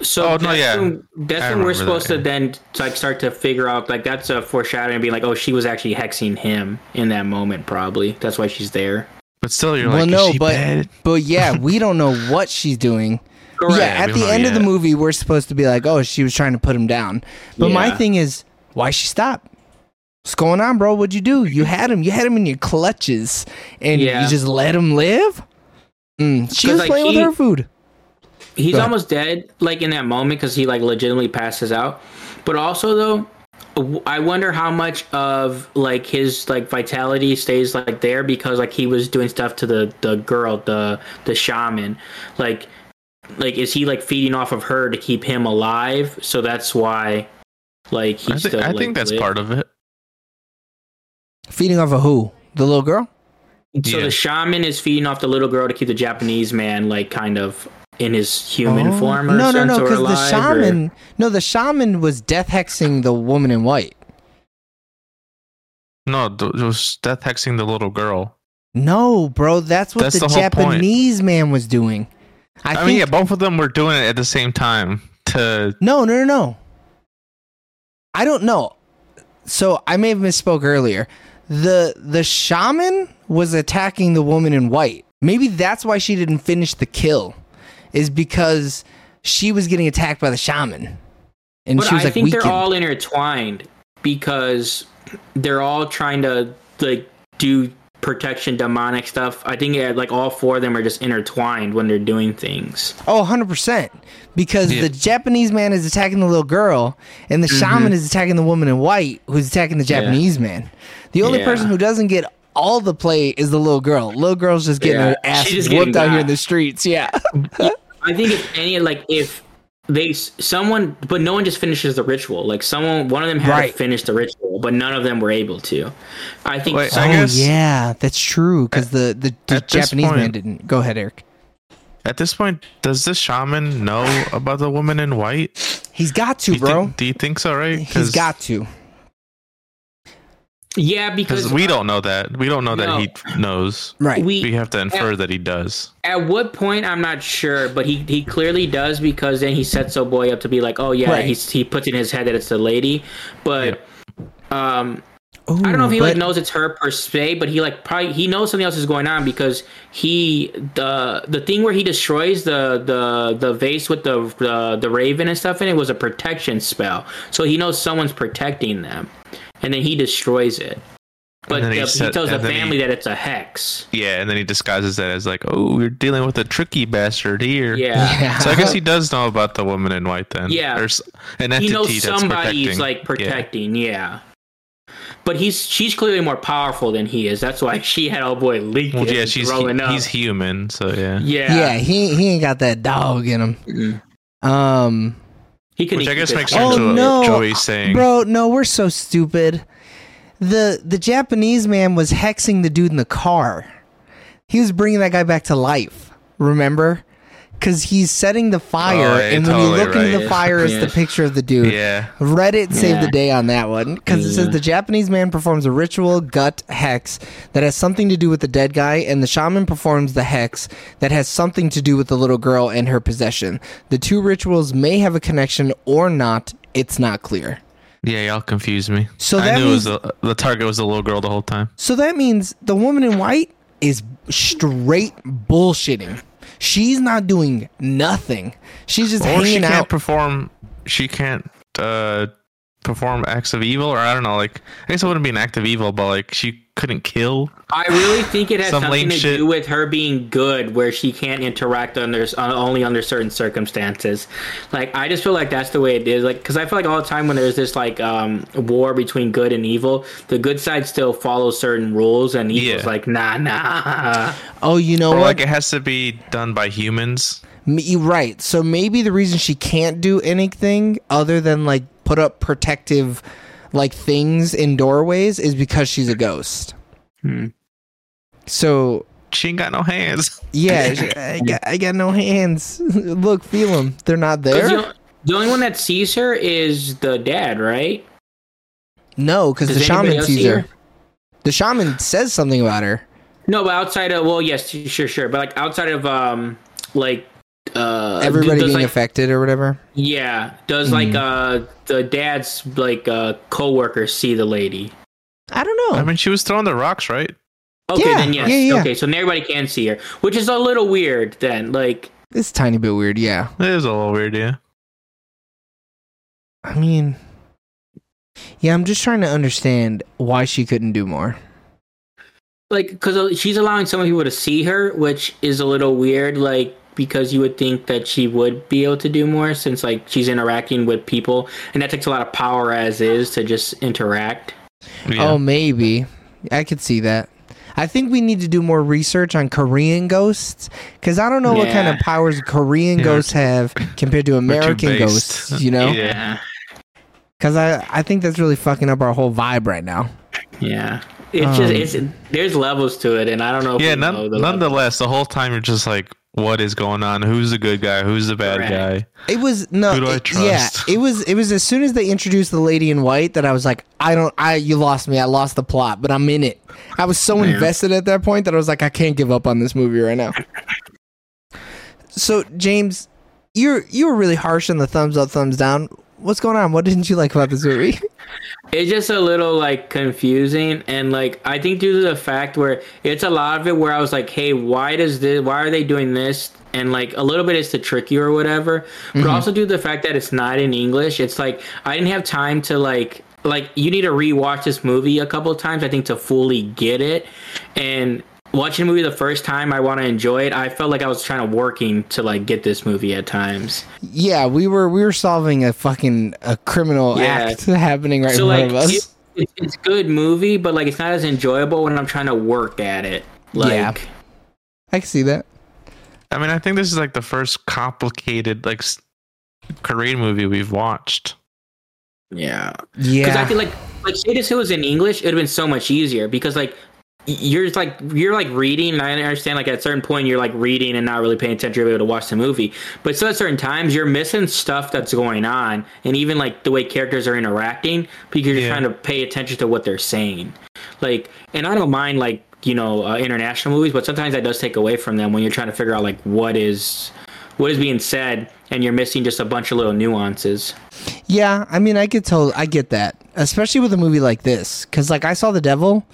Speaker 3: So
Speaker 2: Oh,
Speaker 3: that's
Speaker 2: no, yeah.
Speaker 3: when,
Speaker 2: I
Speaker 3: that's when we're
Speaker 2: remember
Speaker 3: supposed
Speaker 2: that,
Speaker 3: to then like start to figure out like that's a foreshadowing, being like, oh, she was actually hexing him in that moment, probably. That's why she's there.
Speaker 2: But still, you're
Speaker 1: well,
Speaker 2: like,
Speaker 1: no,
Speaker 2: is she
Speaker 1: but
Speaker 2: bad?
Speaker 1: but yeah, we don't know what she's doing. Yeah,
Speaker 2: we
Speaker 1: at
Speaker 2: don't
Speaker 1: the
Speaker 2: know
Speaker 1: end of the
Speaker 2: yet.
Speaker 1: movie, we're supposed to be like, oh, she was trying to put him down. But my
Speaker 3: Yeah.
Speaker 1: thing is, why she stop? What's going on, bro? What'd you do? You had him. You had him in your clutches, and
Speaker 3: Yeah.
Speaker 1: you just let him live. Mm, she
Speaker 3: 'Cause,
Speaker 1: was
Speaker 3: like,
Speaker 1: playing
Speaker 3: he-
Speaker 1: with her food.
Speaker 3: He's
Speaker 1: Go ahead.
Speaker 3: almost dead, like in that moment, because he like legitimately passes out. But also though, w- I wonder how much of like his like vitality stays like there because like he was doing stuff to the the girl, the the shaman, like like is he like feeding off of her to keep him alive? So that's why. Like he
Speaker 2: I, thi-
Speaker 3: still.
Speaker 2: I
Speaker 3: like,
Speaker 2: think that's
Speaker 3: lives.
Speaker 2: part of it.
Speaker 1: Feeding off of who? The little girl.
Speaker 3: So
Speaker 2: Yeah.
Speaker 3: the shaman is feeding off the little girl to keep the Japanese man like kind of in his human
Speaker 1: Oh.
Speaker 3: form or
Speaker 1: no, no, no,
Speaker 3: sense or
Speaker 1: because the
Speaker 3: alive, or-
Speaker 1: shaman, no, the shaman was death hexing the woman in white.
Speaker 2: No, th- it was death hexing the little girl.
Speaker 1: No, bro, that's what
Speaker 2: That's
Speaker 1: the,
Speaker 2: the whole point.
Speaker 1: Japanese man was doing. I,
Speaker 2: I,
Speaker 1: think.
Speaker 2: mean, yeah, both of them were doing it at the same time. To
Speaker 1: No, no, no, no. I don't know. So I may have misspoke earlier. The the shaman was attacking the woman in white. Maybe that's why she didn't finish the kill, is because she was getting attacked by the shaman, and
Speaker 3: But
Speaker 1: she was
Speaker 3: I
Speaker 1: like
Speaker 3: think
Speaker 1: weakened.
Speaker 3: they're all intertwined because they're all trying to like do protection demonic stuff. I think yeah, like all four of them are just intertwined when they're doing things.
Speaker 1: Oh, 100%. Because
Speaker 2: Yeah.
Speaker 1: the Japanese man is attacking the little girl, and the shaman is attacking the woman in white who's attacking the
Speaker 3: Mm-hmm. Yeah.
Speaker 1: Japanese man. The only
Speaker 3: Yeah.
Speaker 1: person who doesn't get all the play is the little girl. Little girl's just getting
Speaker 3: Yeah.
Speaker 1: her ass
Speaker 3: She just
Speaker 1: whooped
Speaker 3: getting ah.
Speaker 1: out here in
Speaker 3: got.
Speaker 1: the streets. Yeah.
Speaker 3: I think if any like if they s- someone but no one just finishes the ritual. Like someone one of them had
Speaker 1: Right.
Speaker 3: to finish the ritual, but none of them were able to. I think
Speaker 2: Wait,
Speaker 3: some-
Speaker 2: I guess-
Speaker 1: oh, yeah. That's true. Because the, the, the
Speaker 2: at this
Speaker 1: Japanese man
Speaker 2: point-
Speaker 1: didn't. Go ahead, Eric.
Speaker 2: at this point, does the shaman know about the woman in white?
Speaker 1: He's got
Speaker 2: Do
Speaker 1: to,
Speaker 2: you
Speaker 1: bro.
Speaker 2: Think, do you think so? Right?
Speaker 1: He's got to.
Speaker 3: yeah, because
Speaker 2: because we don't know that. We don't know
Speaker 3: No.
Speaker 2: that he knows.
Speaker 1: Right.
Speaker 3: we
Speaker 2: We have to infer that he does.
Speaker 3: At what point I'm not sure, but he, he clearly does because then he sets old boy up to be like, oh yeah,
Speaker 1: Right.
Speaker 3: he's he puts in his head that it's the lady, but um I don't know
Speaker 1: Ooh,
Speaker 3: if he like
Speaker 1: but-
Speaker 3: knows it's her per se, but he like probably he knows something else is going on because he the the thing where he destroys the the the vase with the the, the raven and stuff in it was a protection spell, so he knows someone's protecting them, and then he destroys it. But
Speaker 2: then
Speaker 3: the,
Speaker 2: he
Speaker 3: he,
Speaker 2: set-
Speaker 3: tells the
Speaker 2: and then he-
Speaker 3: family that it's a hex.
Speaker 2: Yeah, and then he disguises that as like, oh, we're dealing with a tricky bastard here.
Speaker 3: Yeah.
Speaker 2: So I guess he does know about the woman in white then.
Speaker 3: Yeah.
Speaker 2: Or s- an entity
Speaker 3: he knows
Speaker 2: that's
Speaker 3: somebody's
Speaker 2: protecting.
Speaker 3: like
Speaker 2: Yeah.
Speaker 3: protecting yeah. but he's she's clearly more powerful than he is that's why she had old boy leaking
Speaker 2: Well, yeah, she's
Speaker 3: throwing up
Speaker 2: he's human, so yeah.
Speaker 3: yeah,
Speaker 1: Yeah, he, he ain't got that dog in him.
Speaker 3: Mm.
Speaker 1: Um,
Speaker 3: he could
Speaker 2: Which I guess makes sense
Speaker 1: Oh,
Speaker 2: to what
Speaker 1: no.
Speaker 2: Joey's saying.
Speaker 1: Bro, no, we're so stupid. The the Japanese man was hexing the dude in the car. He was bringing that guy back to life. Remember? Cuz he's setting the fire
Speaker 2: Oh, yeah,
Speaker 1: and when
Speaker 2: totally
Speaker 1: you look into the
Speaker 2: right.
Speaker 1: fire it's the
Speaker 3: Yeah.
Speaker 1: picture of the dude.
Speaker 2: Yeah.
Speaker 1: Reddit saved
Speaker 3: Yeah.
Speaker 1: the day on that one because it says
Speaker 3: Yeah.
Speaker 1: the Japanese man performs a ritual gut hex that has something to do with the dead guy, and the shaman performs the hex that has something to do with the little girl and her possession. The two rituals may have a connection or not. It's not clear.
Speaker 2: Yeah, y'all confused me.
Speaker 1: So
Speaker 2: I
Speaker 1: that
Speaker 2: knew
Speaker 1: means-
Speaker 2: it was the, the target was the little girl the whole time.
Speaker 1: So that means the woman in white is straight bullshitting. She's not doing nothing. She's just
Speaker 2: Or she
Speaker 1: hanging
Speaker 2: can't
Speaker 1: out.
Speaker 2: perform she can't uh perform acts of evil or I don't know, like I guess it wouldn't be an act of evil, but like she couldn't kill.
Speaker 3: i really think it has
Speaker 2: Some lame
Speaker 3: something to
Speaker 2: shit.
Speaker 3: do with her being good where she can't interact under uh, only under certain circumstances like i just feel like that's the way it is like because i feel like all the time when there's this like um war between good and evil the good side still follows certain rules and evil's
Speaker 2: Yeah.
Speaker 3: like nah nah
Speaker 1: oh, you know
Speaker 2: Or
Speaker 1: what?
Speaker 2: like it has to be done by humans.
Speaker 1: M- you- Right. So maybe the reason she can't do anything other than like put up protective like things in doorways is because she's a ghost.
Speaker 3: Hmm.
Speaker 1: So
Speaker 2: She ain't got no hands.
Speaker 1: yeah, she- I, got, I got no hands. Look, feel them. They're not
Speaker 3: 'Cause
Speaker 1: there.
Speaker 3: the- the only one that sees her is the dad, right?
Speaker 1: no, because
Speaker 3: Does
Speaker 1: the
Speaker 3: anybody
Speaker 1: shaman
Speaker 3: else
Speaker 1: sees
Speaker 3: see
Speaker 1: her.
Speaker 3: her?
Speaker 1: The shaman says something about her.
Speaker 3: No, but outside of well, yes, sure, sure, but like outside of um, like uh,
Speaker 1: Everybody
Speaker 3: does,
Speaker 1: being Mm-hmm.
Speaker 3: like,
Speaker 1: affected or whatever.
Speaker 3: yeah, does like uh the dad's like uh coworker see the lady?
Speaker 1: I don't know.
Speaker 2: I mean, she was throwing the rocks, right?
Speaker 3: Okay,
Speaker 1: Yeah,
Speaker 3: then yes,
Speaker 1: yeah, yeah.
Speaker 3: okay, so then everybody can see her, which is a little weird. Then like
Speaker 1: it's a tiny bit weird. Yeah.
Speaker 2: It is a little weird, yeah.
Speaker 1: I mean, yeah, I'm just trying to understand why she couldn't do more.
Speaker 3: like because she's allowing some people to see her, which is a little weird. Like because you would think that she would be able to do more since like she's interacting with people, and that takes a lot of power as is to just interact.
Speaker 2: yeah.
Speaker 1: Oh, maybe. I could see that. I think we need to do more research on Korean ghosts because I don't know what kind of
Speaker 3: Yeah.
Speaker 1: powers Korean
Speaker 2: Yeah.
Speaker 1: ghosts have compared to
Speaker 2: They're too
Speaker 1: American
Speaker 2: based.
Speaker 1: ghosts, you know?
Speaker 2: Yeah.
Speaker 1: Because I, I think that's really fucking up our whole vibe right now.
Speaker 3: Yeah. It's just
Speaker 1: Um,
Speaker 3: it's there's levels to it, and I don't know. If
Speaker 2: Yeah,
Speaker 3: we know
Speaker 2: none,
Speaker 3: the level.
Speaker 2: nonetheless, the whole time you're just like, what is going on? Who's the good guy? Who's the bad
Speaker 3: Correct.
Speaker 2: guy?
Speaker 1: It was no,
Speaker 2: Who do I
Speaker 1: it-
Speaker 2: trust?
Speaker 1: yeah. It was it was as soon as they introduced the lady in white that I was like, I don't, I you lost me. I lost the plot, but I'm in it. I was so
Speaker 3: Yeah.
Speaker 1: invested at that point that I was like, I can't give up on this movie right now. so James, you're you were really harsh on the thumbs up, thumbs down. What's going on? What didn't you like about this movie?
Speaker 3: it's just a little like confusing, and like I think due to the fact where it's a lot of it where I was like, hey, why does this? Why are they doing this? And like a little bit is to trick you or whatever, but also due to the fact that it's not in English, it's like I didn't have time to like like you need to rewatch this movie a couple times I think to fully get it, and. Watching the movie the first time, I want to enjoy it. I felt like I was trying to working to like get this movie at times.
Speaker 1: yeah, we were we were solving a fucking a criminal
Speaker 3: Yeah.
Speaker 1: act happening right
Speaker 3: so
Speaker 1: in
Speaker 3: like
Speaker 1: front of us.
Speaker 3: it- it- it's a good movie but like it's not as enjoyable when i'm trying to work at it like
Speaker 1: Yeah. I can see that.
Speaker 2: I mean, I think this is like the first complicated, like, s- Korean movie we've watched.
Speaker 3: yeah because i
Speaker 1: Yeah,
Speaker 3: feel like like say this was in english it would have been so much easier because like y- you're just like you're like reading and i understand like at a certain point you're like reading and not really paying attention you're able to watch the movie but still at certain times you're missing stuff that's going on and even like the way characters are interacting because you're
Speaker 2: Yeah.
Speaker 3: trying to pay attention to what they're saying like and i don't mind like you know uh, international movies but sometimes that does take away from them when you're trying to figure out like what is what is being said and you're missing just a bunch of little nuances
Speaker 1: Yeah, I mean, I could tell, I get that, especially with a movie like this, because like I saw The Devil,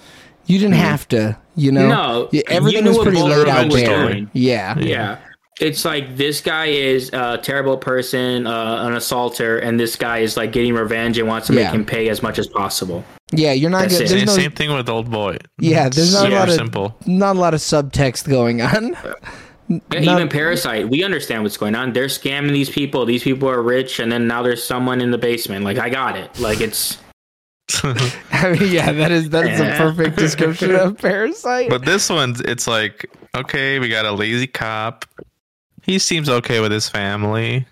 Speaker 1: you didn't have to, you know.
Speaker 3: Mm-hmm. No,
Speaker 1: Yeah,
Speaker 3: you
Speaker 1: everything
Speaker 3: knew
Speaker 1: was
Speaker 3: what
Speaker 1: pretty
Speaker 3: Bullet
Speaker 1: laid out
Speaker 2: Revenge was
Speaker 1: there.
Speaker 3: doing.
Speaker 1: Yeah,
Speaker 3: yeah it's like this guy is a terrible person uh, an assaulter and this guy is like getting revenge and wants to
Speaker 1: Yeah.
Speaker 3: make him pay as much as possible
Speaker 1: yeah, you're not.
Speaker 3: That's
Speaker 1: Good.
Speaker 3: it.
Speaker 1: There's
Speaker 2: And
Speaker 1: no,
Speaker 2: same thing with Old Boy.
Speaker 1: Yeah, there's not a
Speaker 2: Super
Speaker 1: lot of-
Speaker 2: simple.
Speaker 1: not a lot of subtext going on.
Speaker 3: Yeah,
Speaker 1: Not-
Speaker 3: even parasite we understand what's going on they're scamming these people these people are rich and then now there's someone in the basement like i got it like it's
Speaker 1: I mean, yeah, that is that is a
Speaker 3: Yeah.
Speaker 1: perfect description of Parasite.
Speaker 2: But this one's it's like, okay, we got a lazy cop. He seems okay with his family.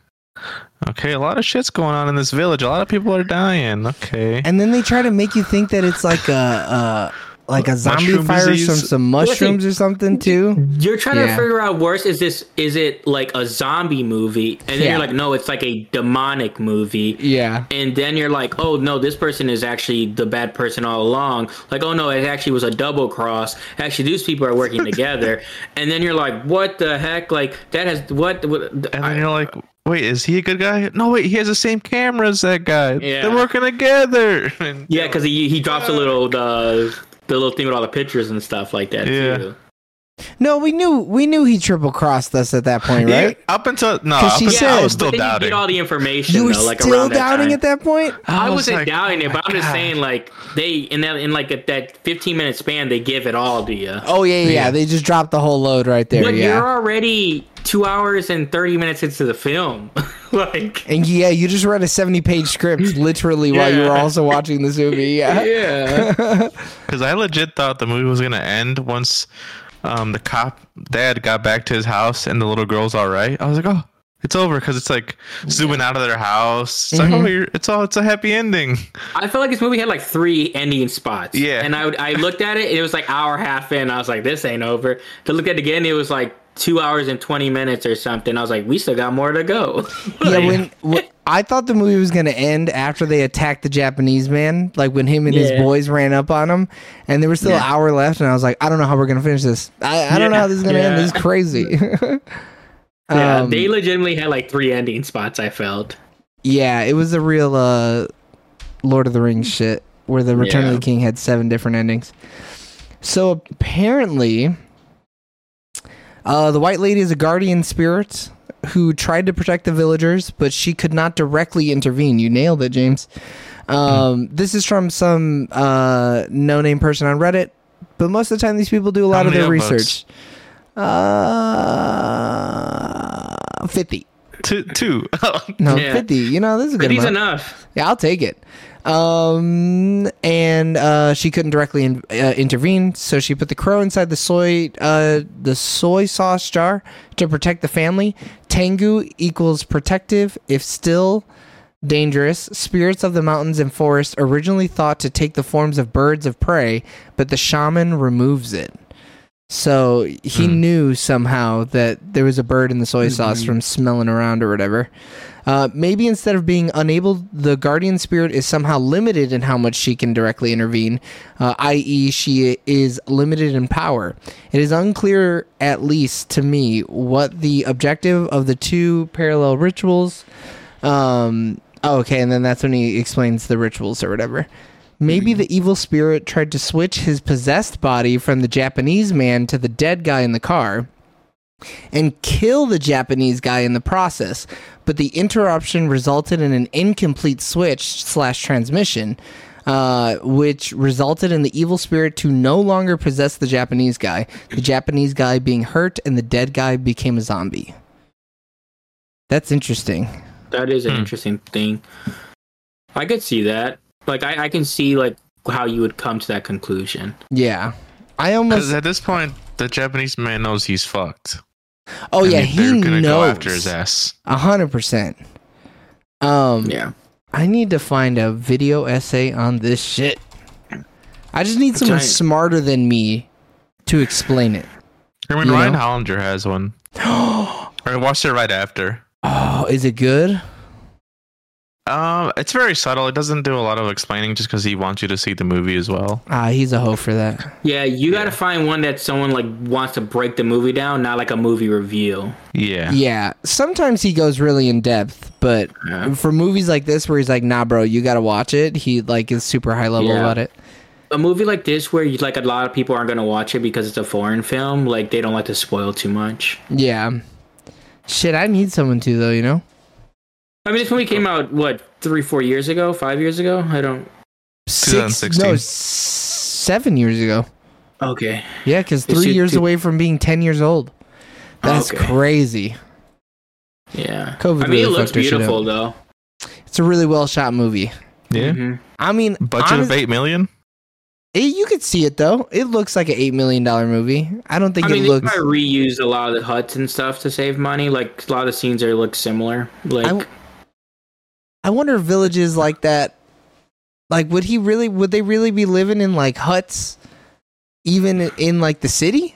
Speaker 2: Okay, a lot of shit's going on in this village. A lot of people are dying. Okay.
Speaker 1: and then they try to make you think that it's like a. a like a zombie
Speaker 2: Mushroom
Speaker 1: virus
Speaker 2: disease.
Speaker 1: from some mushrooms or something too.
Speaker 3: you're trying to
Speaker 1: Yeah.
Speaker 3: figure out worse is this is it like a zombie movie and then
Speaker 1: Yeah.
Speaker 3: you're like no it's like a demonic movie
Speaker 1: Yeah,
Speaker 3: and then you're like, oh no, this person is actually the bad person all along. Like, oh no, it actually was a double cross. Actually, these people are working together. And then you're like, what the heck? Like that has what? what
Speaker 2: And then you're like, wait, is he a good guy? No, wait, he has the same camera as that guy.
Speaker 3: Yeah.
Speaker 2: They're working together. And-
Speaker 3: yeah, because he he drops a
Speaker 2: Uh,
Speaker 3: little the the little thing with all the pictures and stuff like that.
Speaker 2: Yeah.
Speaker 3: too.
Speaker 1: no, we knew we knew he triple crossed us at that point,
Speaker 2: Yeah,
Speaker 1: right?
Speaker 2: up until no,
Speaker 1: 'Cause
Speaker 2: up
Speaker 1: she
Speaker 2: until,
Speaker 1: said-
Speaker 2: I was
Speaker 1: But
Speaker 2: still
Speaker 3: But then
Speaker 2: doubting.
Speaker 3: you get all the information
Speaker 1: you were
Speaker 3: though, like
Speaker 1: still
Speaker 3: around that
Speaker 1: doubting
Speaker 3: time.
Speaker 1: at that point.
Speaker 3: I,
Speaker 2: was
Speaker 3: wasn't
Speaker 2: like,
Speaker 3: doubting
Speaker 2: oh
Speaker 3: it,
Speaker 2: my
Speaker 3: but I'm just
Speaker 2: God.
Speaker 3: saying, like they in that in like at that 15 minute span, they give it all to you.
Speaker 1: Oh yeah, yeah, yeah.
Speaker 2: Yeah.
Speaker 1: They just dropped the whole load right there.
Speaker 3: But
Speaker 1: yeah.
Speaker 3: you're already two hours and 30 minutes into the film, like
Speaker 1: and yeah, you just read a seventy-page script literally while you were
Speaker 3: Yeah.
Speaker 1: also watching this movie. Yeah.
Speaker 3: yeah.
Speaker 2: Because I legit thought the movie was gonna end once um, the cop dad got back to his house and the little girl's all right. I was like, oh, it's over because it's like zooming out of their house. It's like, oh, you're, it's all it's a happy ending.
Speaker 3: I felt like this movie had like three ending spots.
Speaker 2: Yeah.
Speaker 3: And I would, I looked at it, it was like hour half in. I was like, this ain't over. To look at it again, it was like two hours and 20 minutes or something. I was like, we still got more to go.
Speaker 1: Yeah.
Speaker 3: Like,
Speaker 1: When, when I thought the movie was going to end after they attacked the Japanese man, like when him and his
Speaker 3: Yeah.
Speaker 1: boys ran up on him, and there was still an
Speaker 2: Yeah.
Speaker 1: hour left, and I was like, I don't know how we're going to finish this. I, I don't know
Speaker 3: Yeah,
Speaker 1: how this is going to end. This is
Speaker 3: yeah.
Speaker 1: crazy.
Speaker 3: Yeah,
Speaker 1: Um,
Speaker 3: they legitimately had like three ending spots. I felt.
Speaker 1: Yeah, it was a real uh, Lord of the Rings shit where the Return of
Speaker 3: Yeah.
Speaker 1: the King had seven different endings. So apparently, uh, the White Lady is a guardian spirit who tried to protect the villagers, but she could not directly intervene. You nailed it, James. Um, This is from some uh, no name person on Reddit, but most of the time, these people do a lot of
Speaker 2: many
Speaker 1: their
Speaker 2: upvotes?
Speaker 1: research. Uh, 50.
Speaker 2: Two, two.
Speaker 1: No,
Speaker 3: Yeah.
Speaker 1: 50. You know, this is a good
Speaker 3: But he's
Speaker 1: amount.
Speaker 3: enough.
Speaker 1: Yeah, I'll take it. Um, and uh, she couldn't directly in, uh, intervene, so she put the crow inside the soy uh, the soy sauce jar to protect the family. Tengu equals protective, if still dangerous. Spirits of the mountains and forest originally thought to take the forms of birds of prey, but the shaman removes it. So he knew somehow that there was a bird in the soy sauce from smelling around or whatever. Uh, maybe instead of being unable, the guardian spirit is somehow limited in how much she can directly intervene, uh, i.e., she is limited in power. It is unclear, at least to me, what the objective of the two parallel rituals. Um, oh, okay, and then that's when he explains the rituals or whatever. Maybe the evil spirit tried to switch his possessed body from the Japanese man to the dead guy in the car and kill the Japanese guy in the process, but the interruption resulted in an incomplete switch slash transmission, uh, which resulted in the evil spirit to no longer possess the Japanese guy. The Japanese guy being hurt, and the dead guy became a zombie. That's interesting.
Speaker 3: That is an
Speaker 2: Hmm.
Speaker 3: interesting thing. I could see that. Like I, I can see like how you would come to that conclusion.
Speaker 1: Yeah, I
Speaker 2: Because
Speaker 1: almost.
Speaker 2: at this point, the Japanese man knows he's fucked.
Speaker 1: Oh
Speaker 2: And
Speaker 1: yeah,
Speaker 2: they-
Speaker 1: he knows.
Speaker 2: go after his ass.
Speaker 1: A hundred percent. Um,
Speaker 3: Yeah.
Speaker 1: I need to find a video essay on this shit. I just need someone
Speaker 3: Giant.
Speaker 1: smarter than me to explain it.
Speaker 2: I mean,
Speaker 1: You
Speaker 2: Ryan
Speaker 1: know?
Speaker 2: Hollinger has one.
Speaker 1: oh,
Speaker 2: I watched it right after.
Speaker 1: is it good?
Speaker 2: Um, it's very subtle. It doesn't do a lot of explaining just because he wants you to see the movie as well.
Speaker 1: Ah, he's a hoe for that.
Speaker 3: Yeah, you gotta find one that someone like wants to break the movie down, not like a movie review.
Speaker 2: Yeah.
Speaker 1: Yeah, sometimes he goes really in depth, but
Speaker 3: Yeah.
Speaker 1: for movies like this where he's like, "Nah, bro, you gotta watch it," he like is super high level
Speaker 3: Yeah.
Speaker 1: about it.
Speaker 3: A movie like this where you like a lot of people aren't gonna watch it because it's a foreign film, like they don't like to spoil too much.
Speaker 1: Yeah, shit, I need someone to though, you know.
Speaker 3: I mean this movie came out what, three, four years ago, five years ago? I don't
Speaker 1: Six, no,
Speaker 2: 2016.
Speaker 1: s- seven years ago.
Speaker 3: Okay.
Speaker 1: Yeah, because
Speaker 3: It's
Speaker 1: three
Speaker 3: you-
Speaker 1: years
Speaker 3: you-
Speaker 1: away from being ten years old. That's
Speaker 3: Okay.
Speaker 1: crazy.
Speaker 3: Yeah.
Speaker 1: COVID
Speaker 3: I mean
Speaker 1: really
Speaker 3: it looks
Speaker 1: fucked our shit up.
Speaker 3: beautiful though.
Speaker 1: It's a really well shot movie.
Speaker 2: Yeah.
Speaker 3: Mhm.
Speaker 1: I mean,
Speaker 2: Budget
Speaker 1: honest-
Speaker 2: of eight million.
Speaker 1: eh, you could see it though. It looks like an eight million dollar movie. I don't think
Speaker 3: I
Speaker 1: it
Speaker 3: mean, they
Speaker 1: looks.
Speaker 3: probably reused a lot of the huts and stuff to save money. Like a lot of the scenes are look similar. Like
Speaker 1: I- I wonder if villages like that, like, would he really? Would they really be living in like huts, even in like the city?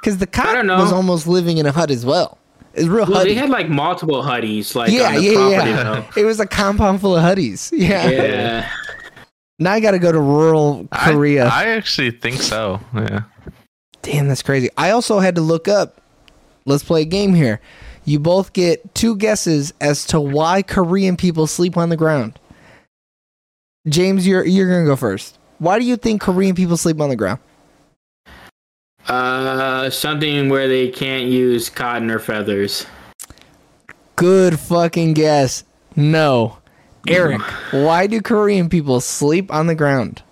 Speaker 1: Because the cop
Speaker 3: don't know.
Speaker 1: was almost living in a hut as well. It's real
Speaker 3: well,
Speaker 1: hutty.
Speaker 3: they had like multiple hutties. Like
Speaker 1: Yeah,
Speaker 3: on the
Speaker 1: yeah,
Speaker 3: property,
Speaker 1: yeah.
Speaker 3: though.
Speaker 1: it was a compound full of hutties. Yeah.
Speaker 3: yeah.
Speaker 1: Now I got to go to rural
Speaker 2: I-
Speaker 1: Korea.
Speaker 2: I, actually think so. Yeah.
Speaker 1: Damn, that's crazy. I also had to look up. Let's play a game here. You both get two guesses as to why Korean people sleep on the ground. James, you're you're gonna go first. Why do you think Korean people sleep on the ground?
Speaker 3: Uh, something where they can't use cotton or feathers.
Speaker 1: Good fucking guess. No, Eric. Why do Korean people sleep on the ground?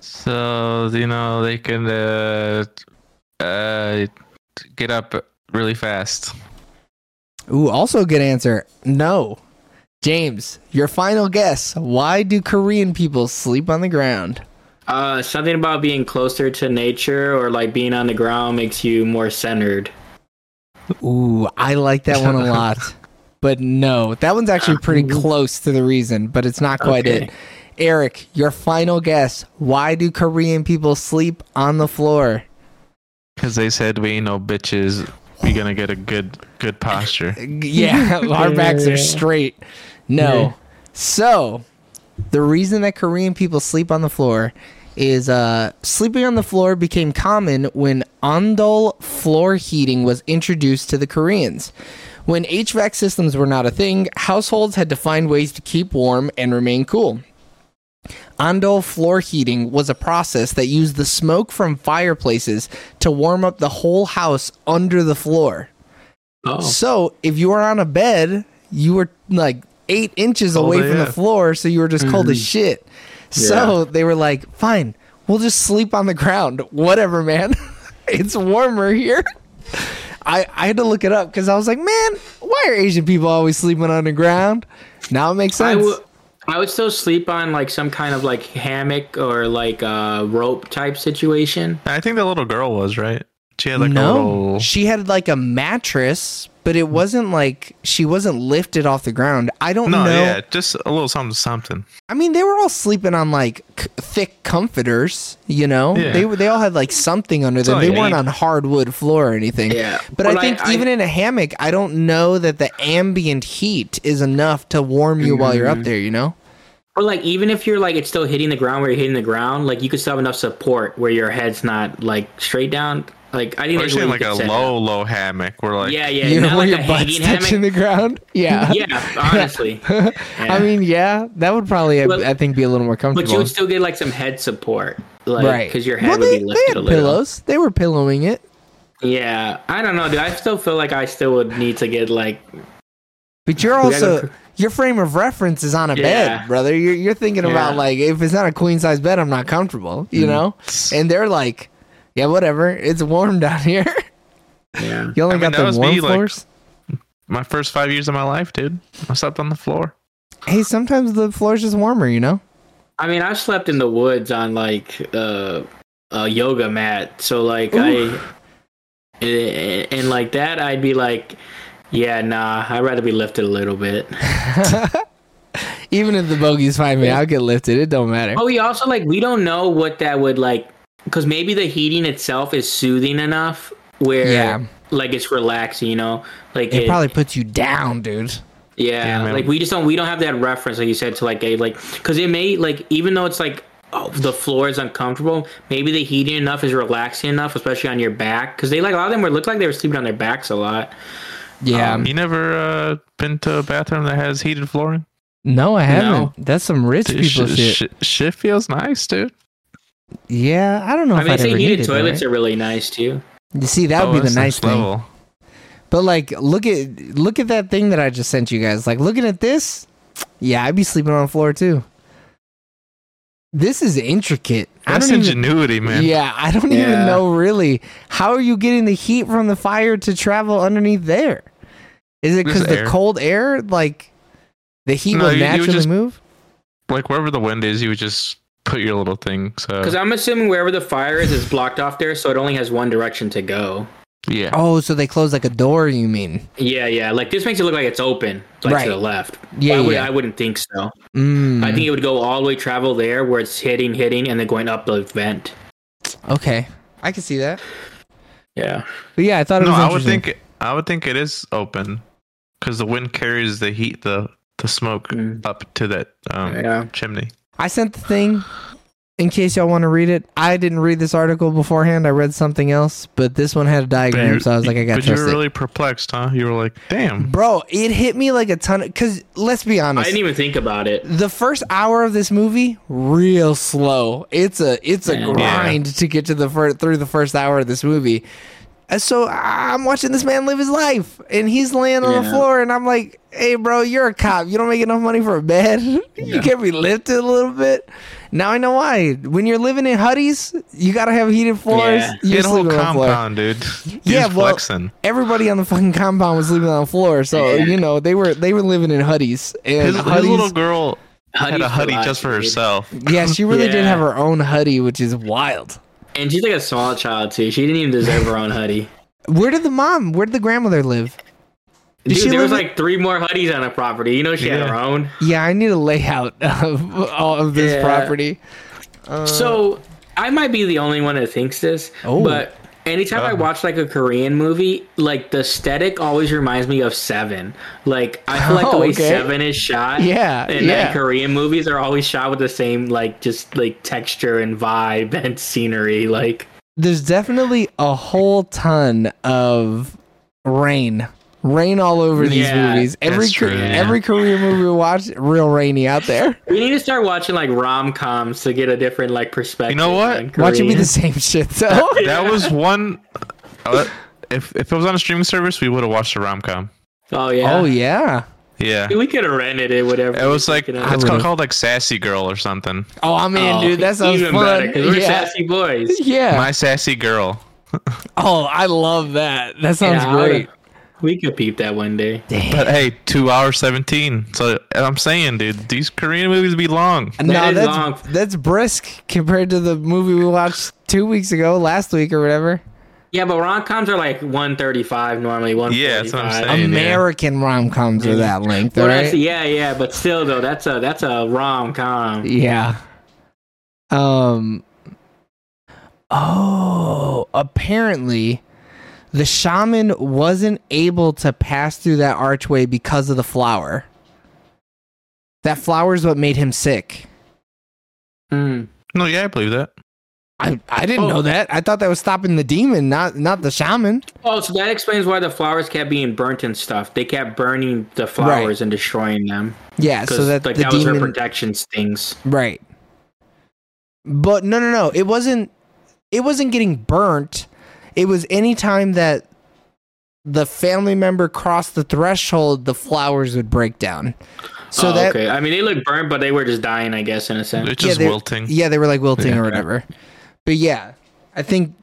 Speaker 2: So you know they can uh, uh get up really fast.
Speaker 1: Ooh, also a good answer. No, James. Your final guess. Why do Korean people sleep on the ground?
Speaker 3: Uh, something about being closer to nature or like being on the ground makes you more centered.
Speaker 1: Ooh, I like that one a lot. But no, that one's actually pretty close to the reason, but it's not quite
Speaker 3: Okay.
Speaker 1: it. Eric, your final guess. Why do Korean people sleep on the floor?
Speaker 2: Because they said we ain't no bitches. We gonna get a good good posture.
Speaker 1: yeah, our backs are straight. No.
Speaker 3: Yeah.
Speaker 1: So, the reason that Korean people sleep on the floor is uh, sleeping on the floor became common when ondol floor heating was introduced to the Koreans. When HVAC systems were not a thing, households had to find ways to keep warm and remain cool. Ondol floor heating was a process that used the smoke from fireplaces to warm up the whole house under the floor.
Speaker 3: Oh,
Speaker 1: So if you were on a bed, you were like eight inches
Speaker 2: Cold
Speaker 1: away
Speaker 2: AF.
Speaker 1: from the floor, so you were just cold as shit. So they were like, fine, we'll just sleep on the ground. Whatever, man. it's warmer here. I, I had to look it up because I was like, man, why are Asian people always sleeping underground? Now it makes
Speaker 3: I
Speaker 1: sense.
Speaker 3: would. I would still sleep on like some kind of like hammock or like a rope type situation.
Speaker 2: I think the little girl was right. She had like a
Speaker 1: no,
Speaker 2: little.
Speaker 1: she had like a mattress, but it wasn't like she wasn't lifted off the ground. I don't
Speaker 2: No,
Speaker 1: know.
Speaker 2: yeah, just a little something, something.
Speaker 1: I mean, they were all sleeping on like c- thick comforters, you know.
Speaker 2: Yeah.
Speaker 1: They they all had like something under them.
Speaker 2: all
Speaker 1: They
Speaker 2: you
Speaker 1: weren't
Speaker 2: need.
Speaker 1: on hardwood floor or anything.
Speaker 3: Yeah.
Speaker 1: But
Speaker 3: Well,
Speaker 1: I
Speaker 3: I-
Speaker 1: think
Speaker 3: I-
Speaker 1: even in a hammock, I don't know that the ambient heat is enough to warm you while you're
Speaker 2: Mm-hmm.
Speaker 1: up there. You know.
Speaker 3: Or like even if you're like it's still hitting the ground where you're hitting the ground, like you could still have enough support where your head's not like straight down. Like I think
Speaker 2: Or
Speaker 3: that's
Speaker 2: she had like
Speaker 3: what you
Speaker 2: a
Speaker 3: could set
Speaker 2: low, low hammock. Where
Speaker 3: up.
Speaker 2: like,
Speaker 3: Yeah, yeah.
Speaker 1: you
Speaker 3: not
Speaker 1: know, where
Speaker 3: like
Speaker 1: your
Speaker 3: a
Speaker 1: butt's
Speaker 3: hanging
Speaker 1: touching
Speaker 3: hammock.
Speaker 1: the ground. Yeah.
Speaker 3: Yeah, honestly. Yeah.
Speaker 1: I mean, yeah, that would probably,
Speaker 3: But-
Speaker 1: I, I think, be a little more comfortable.
Speaker 3: but you would still get like some head support, like
Speaker 1: right?
Speaker 3: because your
Speaker 1: Well,
Speaker 3: head would
Speaker 1: they, they
Speaker 3: be lifted
Speaker 1: had
Speaker 3: a little.
Speaker 1: pillows. They were pillowing it
Speaker 3: Yeah, I don't know, dude. I still feel like I still would need to get like
Speaker 1: But you're
Speaker 3: We gotta
Speaker 1: also
Speaker 3: cr-
Speaker 1: your frame of reference is on a
Speaker 3: Yeah.
Speaker 1: bed, brother. You're you're thinking about
Speaker 3: Yeah. Mm-hmm.
Speaker 1: like if it's not a queen size bed, I'm not comfortable, you know. And they're like, yeah, whatever. It's warm down here.
Speaker 3: yeah.
Speaker 1: You only
Speaker 2: I mean,
Speaker 1: got
Speaker 2: that
Speaker 1: the
Speaker 2: must
Speaker 1: warm
Speaker 2: be, like-
Speaker 1: floors.
Speaker 2: my first five years of my life, dude, I slept on the floor.
Speaker 1: hey, sometimes the floor's just warmer, you know.
Speaker 3: I mean, I've slept in the woods on like uh, a yoga mat, so like I and, and like that, I'd be like, yeah, nah, I'd rather be lifted a little bit.
Speaker 1: Even if the bogeys find me, I'll get lifted. It don't matter.
Speaker 3: But Oh, we also like we don't know what that would like because maybe the heating itself is soothing enough where
Speaker 1: Yeah.
Speaker 3: like it's relaxing, you know, like
Speaker 1: It probably puts you down,
Speaker 2: Um,
Speaker 1: dude.
Speaker 3: Yeah,
Speaker 2: Yeah, man.
Speaker 3: like we just don't we don't have that reference like you said to like a like because it may like even though it's like oh, the floor is uncomfortable, maybe the heating enough is relaxing enough, especially on your back because they like a lot of them were looked like they were sleeping on their backs a lot.
Speaker 1: Yeah.
Speaker 2: You never uh, been to a bathroom that has heated flooring?
Speaker 1: no, I haven't.
Speaker 3: No.
Speaker 1: That's some rich
Speaker 2: Dude,
Speaker 1: people
Speaker 2: sh-
Speaker 1: shit.
Speaker 2: sh- shit feels nice, dude.
Speaker 1: Yeah, I don't know
Speaker 3: I
Speaker 1: if
Speaker 3: mean,
Speaker 1: I'd
Speaker 3: they say
Speaker 1: ever
Speaker 3: heated
Speaker 1: needed that,
Speaker 3: toilets
Speaker 1: right?
Speaker 3: are really nice too.
Speaker 1: You see, that would
Speaker 2: Oh,
Speaker 1: be the
Speaker 2: that's
Speaker 1: nice
Speaker 2: next
Speaker 1: thing.
Speaker 2: level.
Speaker 1: But like, look at look at that thing that I just sent you guys. Like, looking at this, yeah, I'd be sleeping on the floor too. This is intricate.
Speaker 2: That's
Speaker 1: I don't even,
Speaker 2: ingenuity, man.
Speaker 1: yeah, I don't even
Speaker 3: Yeah.
Speaker 1: know really. How are you getting the heat from the fire to travel underneath there? Is it because
Speaker 2: Just
Speaker 1: the
Speaker 2: air.
Speaker 1: cold air, like the heat
Speaker 2: No,
Speaker 1: will
Speaker 2: you- you would
Speaker 1: naturally
Speaker 2: just-
Speaker 1: move?
Speaker 2: Like wherever the wind is, you would just put your little thing.
Speaker 1: Uh.
Speaker 3: Because
Speaker 2: So
Speaker 3: I'm assuming wherever the fire is, it's blocked off there, so it only has one direction to go.
Speaker 2: yeah,
Speaker 1: Oh, so they close like a door? You mean?
Speaker 3: Yeah, yeah. Like this makes it look like it's open, like
Speaker 1: Right.
Speaker 3: to the left.
Speaker 1: Yeah,
Speaker 3: I, would,
Speaker 1: yeah.
Speaker 3: I wouldn't think so.
Speaker 1: Mm,
Speaker 3: I think it would go all the way travel there where it's hitting, hitting, and then going up the vent.
Speaker 1: okay, I can see that.
Speaker 3: Yeah.
Speaker 1: But yeah, I thought it
Speaker 2: no,
Speaker 1: was.
Speaker 2: I would
Speaker 1: interesting.
Speaker 2: think I would think it is open because the wind carries the heat, the the smoke
Speaker 3: Mm.
Speaker 2: up to that um,
Speaker 3: Yeah.
Speaker 2: chimney.
Speaker 1: I sent the thing in case y'all want to read it. I didn't read this article beforehand. I read something else, but this one had a diagram, so I was like, I got
Speaker 2: But you were
Speaker 1: trusted.
Speaker 2: really perplexed, huh? You were like, damn.
Speaker 1: Bro, it hit me like a ton. Because let's be
Speaker 3: I
Speaker 1: honest,
Speaker 3: didn't even think about it.
Speaker 1: the first hour of this movie real slow. It's a it's a
Speaker 3: Yeah.
Speaker 1: grind to get to the fir- through the first hour of this movie. And So I'm watching this man live his life, and he's laying on the
Speaker 3: Yeah.
Speaker 1: floor, and I'm like, "Hey, bro, you're a cop. You don't make enough money for a bed. you can't be lifted a little bit." Now I know why. When you're living in huddies, you gotta have heated floors.
Speaker 3: Yeah.
Speaker 1: You're
Speaker 2: Get a whole
Speaker 1: sleeping on the floor.
Speaker 2: compound, dude.
Speaker 1: Yeah,
Speaker 2: He's
Speaker 1: well-
Speaker 2: flexing.
Speaker 1: Everybody on the fucking compound was sleeping on the floor, so
Speaker 3: Yeah.
Speaker 1: you know they were they were living in huddies. And
Speaker 2: His, his
Speaker 1: huddies-
Speaker 2: little girl had
Speaker 3: Huddies
Speaker 2: a
Speaker 3: for
Speaker 2: hoodie
Speaker 3: life,
Speaker 2: just for
Speaker 3: dude.
Speaker 2: herself.
Speaker 1: Yeah, she really did
Speaker 3: Yeah.
Speaker 1: have her own hoodie, which is wild.
Speaker 3: And she's like a small child too. She didn't even deserve her own hoodie.
Speaker 1: Where did the mom? Where did the grandmother live? Did
Speaker 3: Dude,
Speaker 1: she
Speaker 3: there was
Speaker 1: live
Speaker 3: like three more hoodies on a property. You know she had
Speaker 2: Yeah.
Speaker 3: her own.
Speaker 1: Yeah, I need a layout of all of this
Speaker 3: Yeah.
Speaker 1: property.
Speaker 3: so I might be the only one that thinks this,
Speaker 1: Uh. Oh.
Speaker 3: but Anytime I
Speaker 2: Oh.
Speaker 3: watch like a Korean movie, like the aesthetic always reminds me of Seven. Like I feel like the
Speaker 1: Oh,
Speaker 3: way
Speaker 1: okay.
Speaker 3: Seven is shot,
Speaker 1: Yeah,
Speaker 3: and
Speaker 1: yeah.
Speaker 3: like Korean movies are always shot with the same like just like texture and vibe and scenery. Like
Speaker 1: There's definitely a whole ton of rain. Rain all over these
Speaker 3: Yeah,
Speaker 1: movies. Every
Speaker 2: that's true,
Speaker 1: Kor-
Speaker 2: yeah.
Speaker 1: every Korean movie we watch, real rainy out there.
Speaker 3: we need to start watching like rom coms to get a different like perspective.
Speaker 2: what?
Speaker 3: on
Speaker 1: Watch it be
Speaker 3: Korean.
Speaker 1: the same shit though.
Speaker 2: That was one. uh, If if it was on a streaming service, we would have watched a rom com.
Speaker 3: Oh yeah.
Speaker 1: Oh yeah.
Speaker 2: Yeah,
Speaker 3: We could have rented it, whatever.
Speaker 2: it was
Speaker 3: we
Speaker 2: like
Speaker 3: could
Speaker 1: I
Speaker 3: have-
Speaker 2: it's
Speaker 1: would've-
Speaker 2: called like Sassy Girl or something.
Speaker 1: Oh, I'm in,
Speaker 3: Oh,
Speaker 1: dude. That sounds
Speaker 3: even
Speaker 1: fun.
Speaker 3: better, 'cause we're
Speaker 1: yeah.
Speaker 3: sassy boys.
Speaker 1: Yeah.
Speaker 2: My Sassy Girl.
Speaker 1: oh, I love that. That sounds
Speaker 3: Yeah, I
Speaker 1: great.
Speaker 3: would've- We could peep that one day.
Speaker 2: But hey, two hours seventeen. So and I'm saying, dude, these Korean movies be long.
Speaker 1: no,
Speaker 3: is
Speaker 1: that's
Speaker 3: long.
Speaker 1: that's brisk compared to the movie we watched two weeks ago, last week or whatever.
Speaker 3: Yeah, but rom coms are like 135 normally. 145.
Speaker 2: Yeah, that's what I'm saying. yeah.
Speaker 1: American rom coms are that length,
Speaker 3: Well,
Speaker 1: right?
Speaker 3: that's- yeah, yeah, but still though, that's a that's a rom com.
Speaker 1: Yeah. Um. Oh, apparently, the shaman wasn't able to pass through that archway because of the flower. That flower is what made him sick.
Speaker 3: Hmm.
Speaker 2: No, yeah, I believe that.
Speaker 1: I, I didn't
Speaker 3: Oh.
Speaker 1: know that. I thought that was stopping the demon, not not the shaman.
Speaker 3: Oh, so that explains why the flowers kept being burnt and stuff. They kept burning the flowers and destroying them
Speaker 1: Yeah,
Speaker 3: because
Speaker 1: so that
Speaker 3: like
Speaker 1: the
Speaker 3: that was her
Speaker 1: demon,
Speaker 3: protection stings.
Speaker 1: right? But no, no, no. It wasn't. It wasn't getting burnt. It was any time that the family member crossed the threshold, the flowers would break down. So
Speaker 3: oh,
Speaker 1: that
Speaker 3: okay, I mean they look burnt, but they were just dying, I guess, in a sense.
Speaker 2: It's just
Speaker 1: they-
Speaker 2: wilting.
Speaker 1: Yeah, they were like wilting
Speaker 2: Yeah.
Speaker 1: or whatever. But yeah, I think.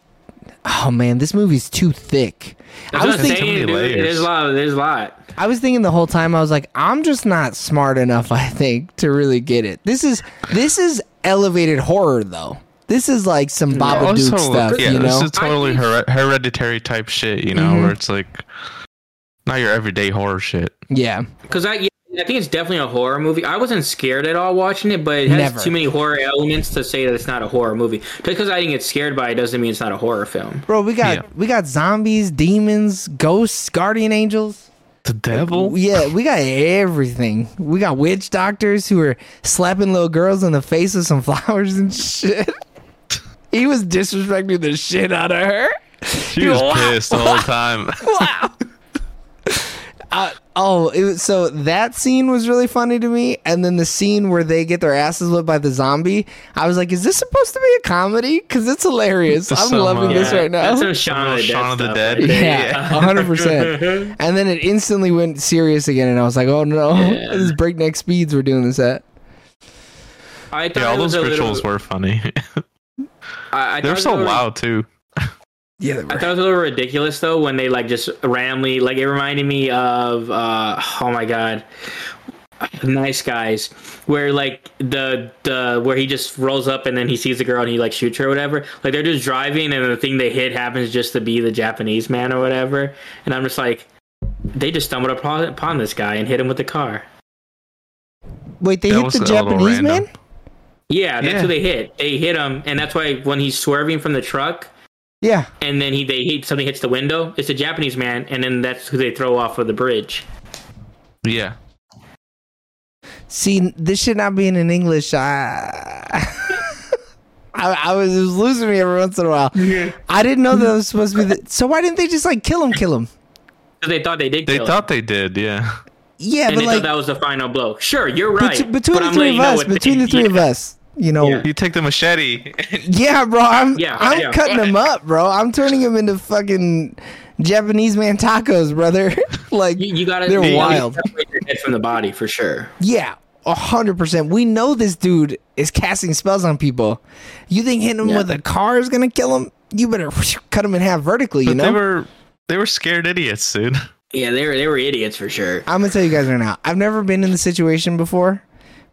Speaker 1: Oh man, this movie's too thick.
Speaker 3: That's
Speaker 1: I
Speaker 3: what
Speaker 1: was
Speaker 3: I'm
Speaker 1: thinking.
Speaker 3: saying,
Speaker 2: So many
Speaker 3: dude.
Speaker 2: layers.
Speaker 3: There's a lot. There's a lot.
Speaker 1: I was thinking the whole time. I was like, I'm just not smart enough. I think to really get it. This is this is elevated horror though. This is like some Babadook
Speaker 2: Also,
Speaker 1: stuff,
Speaker 2: yeah,
Speaker 1: you
Speaker 2: this
Speaker 1: know?
Speaker 2: is totally
Speaker 3: I think-
Speaker 2: her- hereditary type shit. You know,
Speaker 1: Mhm.
Speaker 2: where it's like not your everyday horror shit.
Speaker 1: yeah,
Speaker 3: Because I, yeah, I think it's definitely a horror movie. I wasn't scared at all watching it, but it has
Speaker 1: Never.
Speaker 3: too many horror elements to say that it's not a horror movie. Just because I didn't get scared by it doesn't mean it's not a horror film.
Speaker 1: bro. We got
Speaker 2: Yeah.
Speaker 1: we got zombies, demons, ghosts, guardian angels.
Speaker 2: The devil.
Speaker 1: Yeah, we got everything. We got witch doctors who are slapping little girls in the face with some flowers and shit. he was disrespecting the shit out of her.
Speaker 2: She was pissed the whole time.
Speaker 1: wow. Uh, oh, it was, so that scene was really funny to me, and then the scene where they get their asses whipped by the zombie. I was like, "Is this supposed to be a comedy? Because it's hilarious.
Speaker 2: It's
Speaker 1: I'm
Speaker 2: so
Speaker 1: loving
Speaker 2: much.
Speaker 1: this right now."
Speaker 3: That's some Shaun of the Dead.
Speaker 2: Shaun of the
Speaker 3: stuff
Speaker 2: Dead.
Speaker 3: right there.
Speaker 1: yeah, hundred percent. And then it instantly went serious again, and I was like, "Oh no,
Speaker 3: Yeah.
Speaker 1: this is breakneck speeds we're doing this at."
Speaker 3: I thought
Speaker 2: Yeah, all
Speaker 3: it was
Speaker 2: those
Speaker 3: a little-
Speaker 2: rituals were funny.
Speaker 3: I, I
Speaker 2: They're
Speaker 3: thought it
Speaker 2: so
Speaker 3: was a little-
Speaker 2: loud too.
Speaker 1: Yeah,
Speaker 3: I thought it was a little ridiculous though when they like just randomly like it reminded me of uh oh my god nice guys where like the the where he just rolls up and then he sees the girl and he like shoots her or whatever like they're just driving and the thing they hit happens just to be the japanese man or whatever and i'm just like they just stumbled upon, upon this guy and hit him with the car
Speaker 1: Wait, they
Speaker 2: That
Speaker 1: hit
Speaker 2: was
Speaker 1: the
Speaker 2: a little
Speaker 1: Japanese man.
Speaker 2: random.
Speaker 3: yeah that's
Speaker 2: Yeah.
Speaker 3: who they hit they hit him and that's why when he's swerving from the truck
Speaker 1: Yeah,
Speaker 3: and then he they hit something hits the window. It's a Japanese man, and then that's who they throw off of the bridge.
Speaker 2: Yeah.
Speaker 1: See, this should not be in an English. I, I, I was, it was losing me every once in a while. I didn't know that was supposed to be. The, so why didn't they just like kill him? Kill him?
Speaker 3: 'Cause they thought they did.
Speaker 2: They
Speaker 3: kill him.
Speaker 2: thought they did, yeah.
Speaker 1: Yeah,
Speaker 3: and
Speaker 1: but
Speaker 3: they
Speaker 1: like
Speaker 3: thought that was the final blow. Sure, you're
Speaker 1: bet-
Speaker 3: right.
Speaker 1: between
Speaker 3: but
Speaker 1: the
Speaker 3: I'm
Speaker 1: three
Speaker 3: letting
Speaker 1: of
Speaker 3: you know
Speaker 1: us,
Speaker 3: what they-
Speaker 1: between the three of us, you know. Yeah.
Speaker 3: Yeah.
Speaker 2: You take the machete.
Speaker 1: bro. I'm
Speaker 3: Yeah,
Speaker 1: I'm
Speaker 3: yeah.
Speaker 1: cutting him up, bro. I'm turning him into fucking Japanese man tacos, brother. like
Speaker 3: You, you gotta.
Speaker 1: They're
Speaker 3: you gotta
Speaker 1: wild.
Speaker 3: Separate the head from the body for sure.
Speaker 1: Yeah, a hundred percent. We know this dude is casting spells on people. You think hitting him
Speaker 3: Yeah.
Speaker 1: with a car is gonna kill him? You better cut him in half vertically. you
Speaker 2: But
Speaker 1: know,
Speaker 2: they were they were scared idiots, dude.
Speaker 3: Yeah, they were they were idiots for sure.
Speaker 1: I'm gonna tell you guys right now. I've never been in this situation before,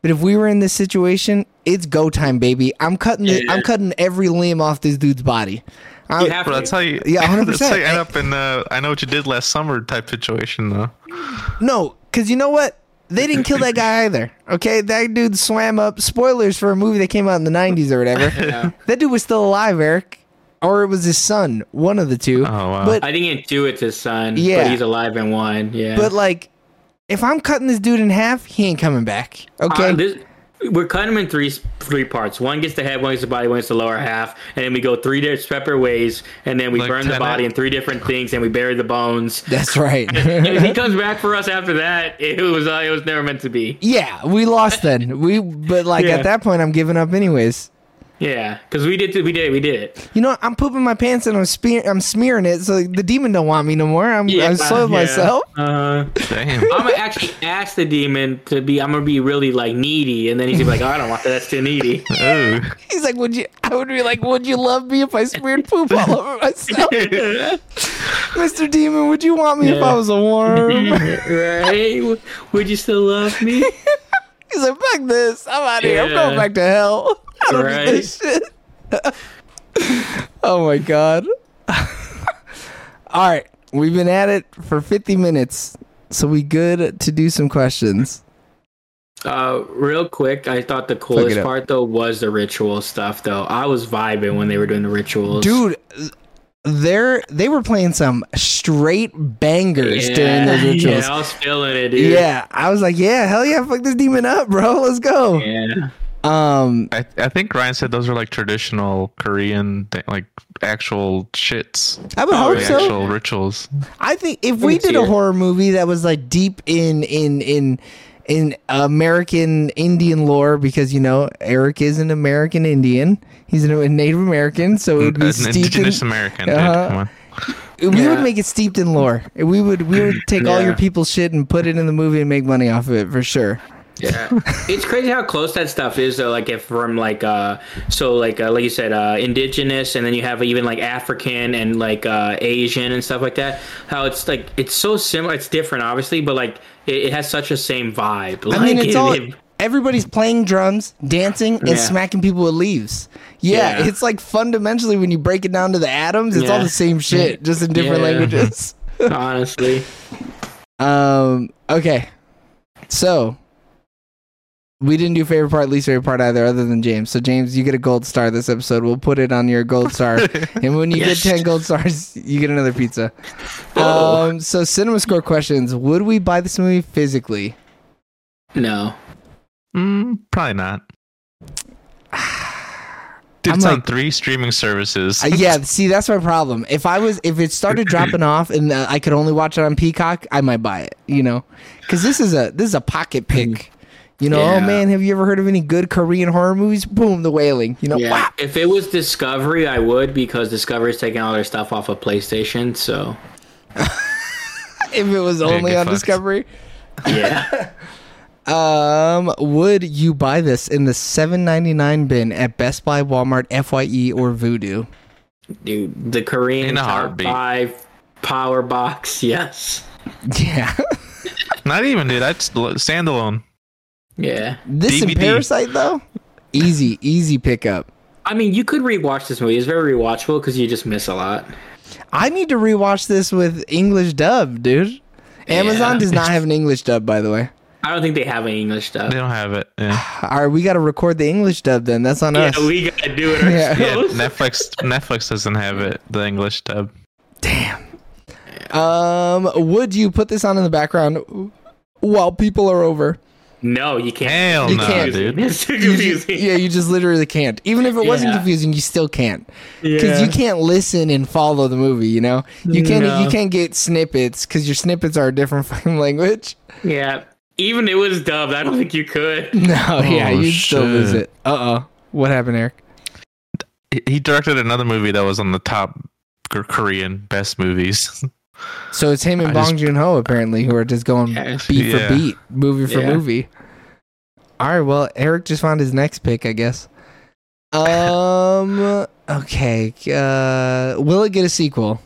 Speaker 1: but if we were in this situation, it's go time, baby. I'm cutting. The,
Speaker 3: Yeah.
Speaker 1: I'm cutting every limb off this dude's body. I'm,
Speaker 3: You have
Speaker 2: But
Speaker 3: to.
Speaker 2: that's how you
Speaker 1: Yeah, 100%.
Speaker 2: that's how you end up in uh I know what you did last summer type situation though.
Speaker 1: No, because you know what? They didn't kill that guy either. Okay, that dude swam up. Spoilers for a movie that came out in the '90s or whatever.
Speaker 3: Yeah.
Speaker 1: That dude was still alive, Eric. or it was his son, one of the two.
Speaker 2: Oh, wow.
Speaker 1: But
Speaker 3: I think in two it's his son.
Speaker 1: Yeah.
Speaker 3: But he's alive in one. Yeah.
Speaker 1: but like, if I'm cutting this dude in half, he ain't coming back. Okay.
Speaker 3: Uh, this, we're cutting them in three three parts. One gets the head, one gets the body, one gets the lower half, and then we go three different separate ways, and then we
Speaker 2: Like
Speaker 3: burn the
Speaker 2: Tenet?
Speaker 3: body in three different things, and we bury the bones.
Speaker 1: That's right.
Speaker 3: if he comes back for us after that, it was uh, it was never meant to be.
Speaker 1: yeah, we lost then. We but like
Speaker 3: Yeah.
Speaker 1: at that point, I'm giving up anyways.
Speaker 3: Yeah, because we did we did we did it.
Speaker 1: You know, what? I'm pooping my pants and I'm smear I'm smearing it, so the demon don't want me no more. I'm
Speaker 3: Yeah,
Speaker 1: I soiled
Speaker 3: yeah.
Speaker 1: myself.
Speaker 3: Uh,
Speaker 2: Damn.
Speaker 3: I'm gonna actually ask the demon to be. I'm gonna be really like needy, and then he's gonna be like, oh, "I don't want that. That's too needy."
Speaker 2: Ooh.
Speaker 1: He's like, would you? I would be like, would you love me if I smeared poop all over myself, Mister Demon? Would you want me if I
Speaker 3: Yeah.
Speaker 1: was a worm?
Speaker 3: right? Would you still love me?
Speaker 1: He's like, fuck this. I'm out of here. I'm
Speaker 3: Yeah.
Speaker 1: going back to hell. I don't need this shit. oh my god. All right, we've been at it for 50 minutes, so we good to do some questions.
Speaker 3: Uh, real quick, I thought the coolest
Speaker 1: up.
Speaker 3: part though was the ritual stuff. Though I was vibing when they were doing the rituals,
Speaker 1: Dude, they're they were playing some straight bangers
Speaker 3: Yeah,
Speaker 1: during those rituals.
Speaker 3: Yeah, I was feeling it, dude.
Speaker 1: Yeah, I was like, yeah, hell yeah, fuck this demon up, bro. Let's go.
Speaker 3: yeah.
Speaker 1: Um,
Speaker 2: I, I think Ryan said those are like traditional Korean, th- like actual shits,
Speaker 1: I would
Speaker 3: Oh,
Speaker 1: hope
Speaker 2: like
Speaker 3: yeah.
Speaker 1: so.
Speaker 2: actual rituals.
Speaker 1: I think if we
Speaker 3: It's
Speaker 1: did a
Speaker 3: here.
Speaker 1: horror movie that was like deep in in in in American Indian lore, because you know Eric is an American Indian, he's a Native American, so it would be
Speaker 2: An
Speaker 1: steeped in,
Speaker 2: indigenous American,
Speaker 1: Uh-huh.
Speaker 2: dude. Come on.
Speaker 1: we would
Speaker 3: Yeah.
Speaker 1: make it steeped in lore. We would we would take all
Speaker 3: Yeah.
Speaker 1: your people's shit and put it in the movie and make money off of it for sure.
Speaker 3: Yeah, Uh, it's crazy how close that stuff is. Though, like if from like uh, so like uh, like you said, uh, indigenous, and then you have even like African and like uh, Asian and stuff like that. How it's like it's so similar. It's different, obviously, but like it, it has such a same vibe. Like,
Speaker 1: I mean, it's
Speaker 3: it-
Speaker 1: all
Speaker 3: it-
Speaker 1: everybody's playing drums, dancing, and
Speaker 3: Yeah.
Speaker 1: smacking people with leaves. Yeah,
Speaker 3: Yeah.
Speaker 1: it's like fundamentally when you break it down to the atoms, it's all
Speaker 3: Yeah.
Speaker 1: the same shit, just in different
Speaker 3: Yeah.
Speaker 1: languages.
Speaker 3: honestly.
Speaker 1: Um. Okay. So we didn't do favorite part, least favorite part either, other than James. So James, you get a gold star this episode. We'll put it on your gold star, and when you
Speaker 3: Yes.
Speaker 1: get ten gold stars, you get another pizza.
Speaker 3: Oh.
Speaker 1: Um. So cinema score questions: Would we buy this movie physically?
Speaker 3: No.
Speaker 2: Mm, probably not. Dude,
Speaker 1: I'm
Speaker 2: it's on
Speaker 1: like-
Speaker 2: three streaming services.
Speaker 1: Uh, yeah. See, that's my problem. If I was, if it started dropping off and uh, I could only watch it on Peacock, I might buy it. You know, because this is a this is a pocket pick. You know, oh
Speaker 3: Yeah.
Speaker 1: man, have you ever heard of any good Korean horror movies? Boom, The Wailing. You know,
Speaker 3: Yeah.
Speaker 1: wow.
Speaker 3: If it was Discovery, I would because Discovery's taking all their stuff off of PlayStation. So
Speaker 1: if it was only
Speaker 2: get
Speaker 1: on
Speaker 2: fucked.
Speaker 1: Discovery.
Speaker 3: yeah,
Speaker 1: Um, would you buy this in the seven ninety nine bin at Best Buy, Walmart, Fye, or Voodoo?
Speaker 3: dude, the Korean
Speaker 2: In a
Speaker 3: top
Speaker 2: heartbeat.
Speaker 3: five power box. Yes.
Speaker 1: Yeah,
Speaker 2: Not even, dude. That's l- standalone.
Speaker 3: Yeah.
Speaker 1: this and
Speaker 2: DVD.
Speaker 1: Parasite though, easy, easy pickup.
Speaker 3: I mean, you could rewatch this movie. It's very rewatchable because you just miss a lot.
Speaker 1: I need to rewatch this with English dub, dude. Amazon
Speaker 3: Yeah.
Speaker 1: does not have an English dub, by the way.
Speaker 3: I don't think they have any English stuff.
Speaker 2: They don't have it. Yeah,
Speaker 1: All right, we got to record the English dub then. That's on us.
Speaker 3: Yeah, we gotta do it
Speaker 1: Yeah.
Speaker 2: yeah.
Speaker 3: ourselves.
Speaker 2: Netflix. Netflix doesn't have it. The English dub.
Speaker 1: um, would you put this on in the background while people are over?
Speaker 3: No, you can't.
Speaker 2: Hell
Speaker 1: You
Speaker 2: no,
Speaker 1: can't.
Speaker 2: dude.
Speaker 3: It's too
Speaker 1: You just-
Speaker 3: confusing.
Speaker 1: yeah, you just literally can't. Even if it wasn't
Speaker 3: Yeah.
Speaker 1: confusing, you still can't because
Speaker 3: Yeah.
Speaker 1: you can't listen and follow the movie. You know, you can't
Speaker 3: No.
Speaker 1: you can't get snippets because your snippets are a different fucking language.
Speaker 3: Yeah. Even it was dubbed. I don't think you could.
Speaker 1: No, yeah,
Speaker 3: Oh,
Speaker 1: you would still lose
Speaker 2: shit.
Speaker 1: it. Uh oh, what happened, Eric?
Speaker 2: He- He directed another movie that was on the top K- Korean best movies.
Speaker 1: So it's him and
Speaker 2: I
Speaker 1: Bong
Speaker 2: just-
Speaker 1: Joon Ho apparently who are just going
Speaker 3: Yeah.
Speaker 1: beat
Speaker 2: Yeah.
Speaker 1: for beat, movie for
Speaker 3: Yeah.
Speaker 1: movie. All right, well, Eric just found his next pick, I guess. Um, okay. Uh, will it get a sequel?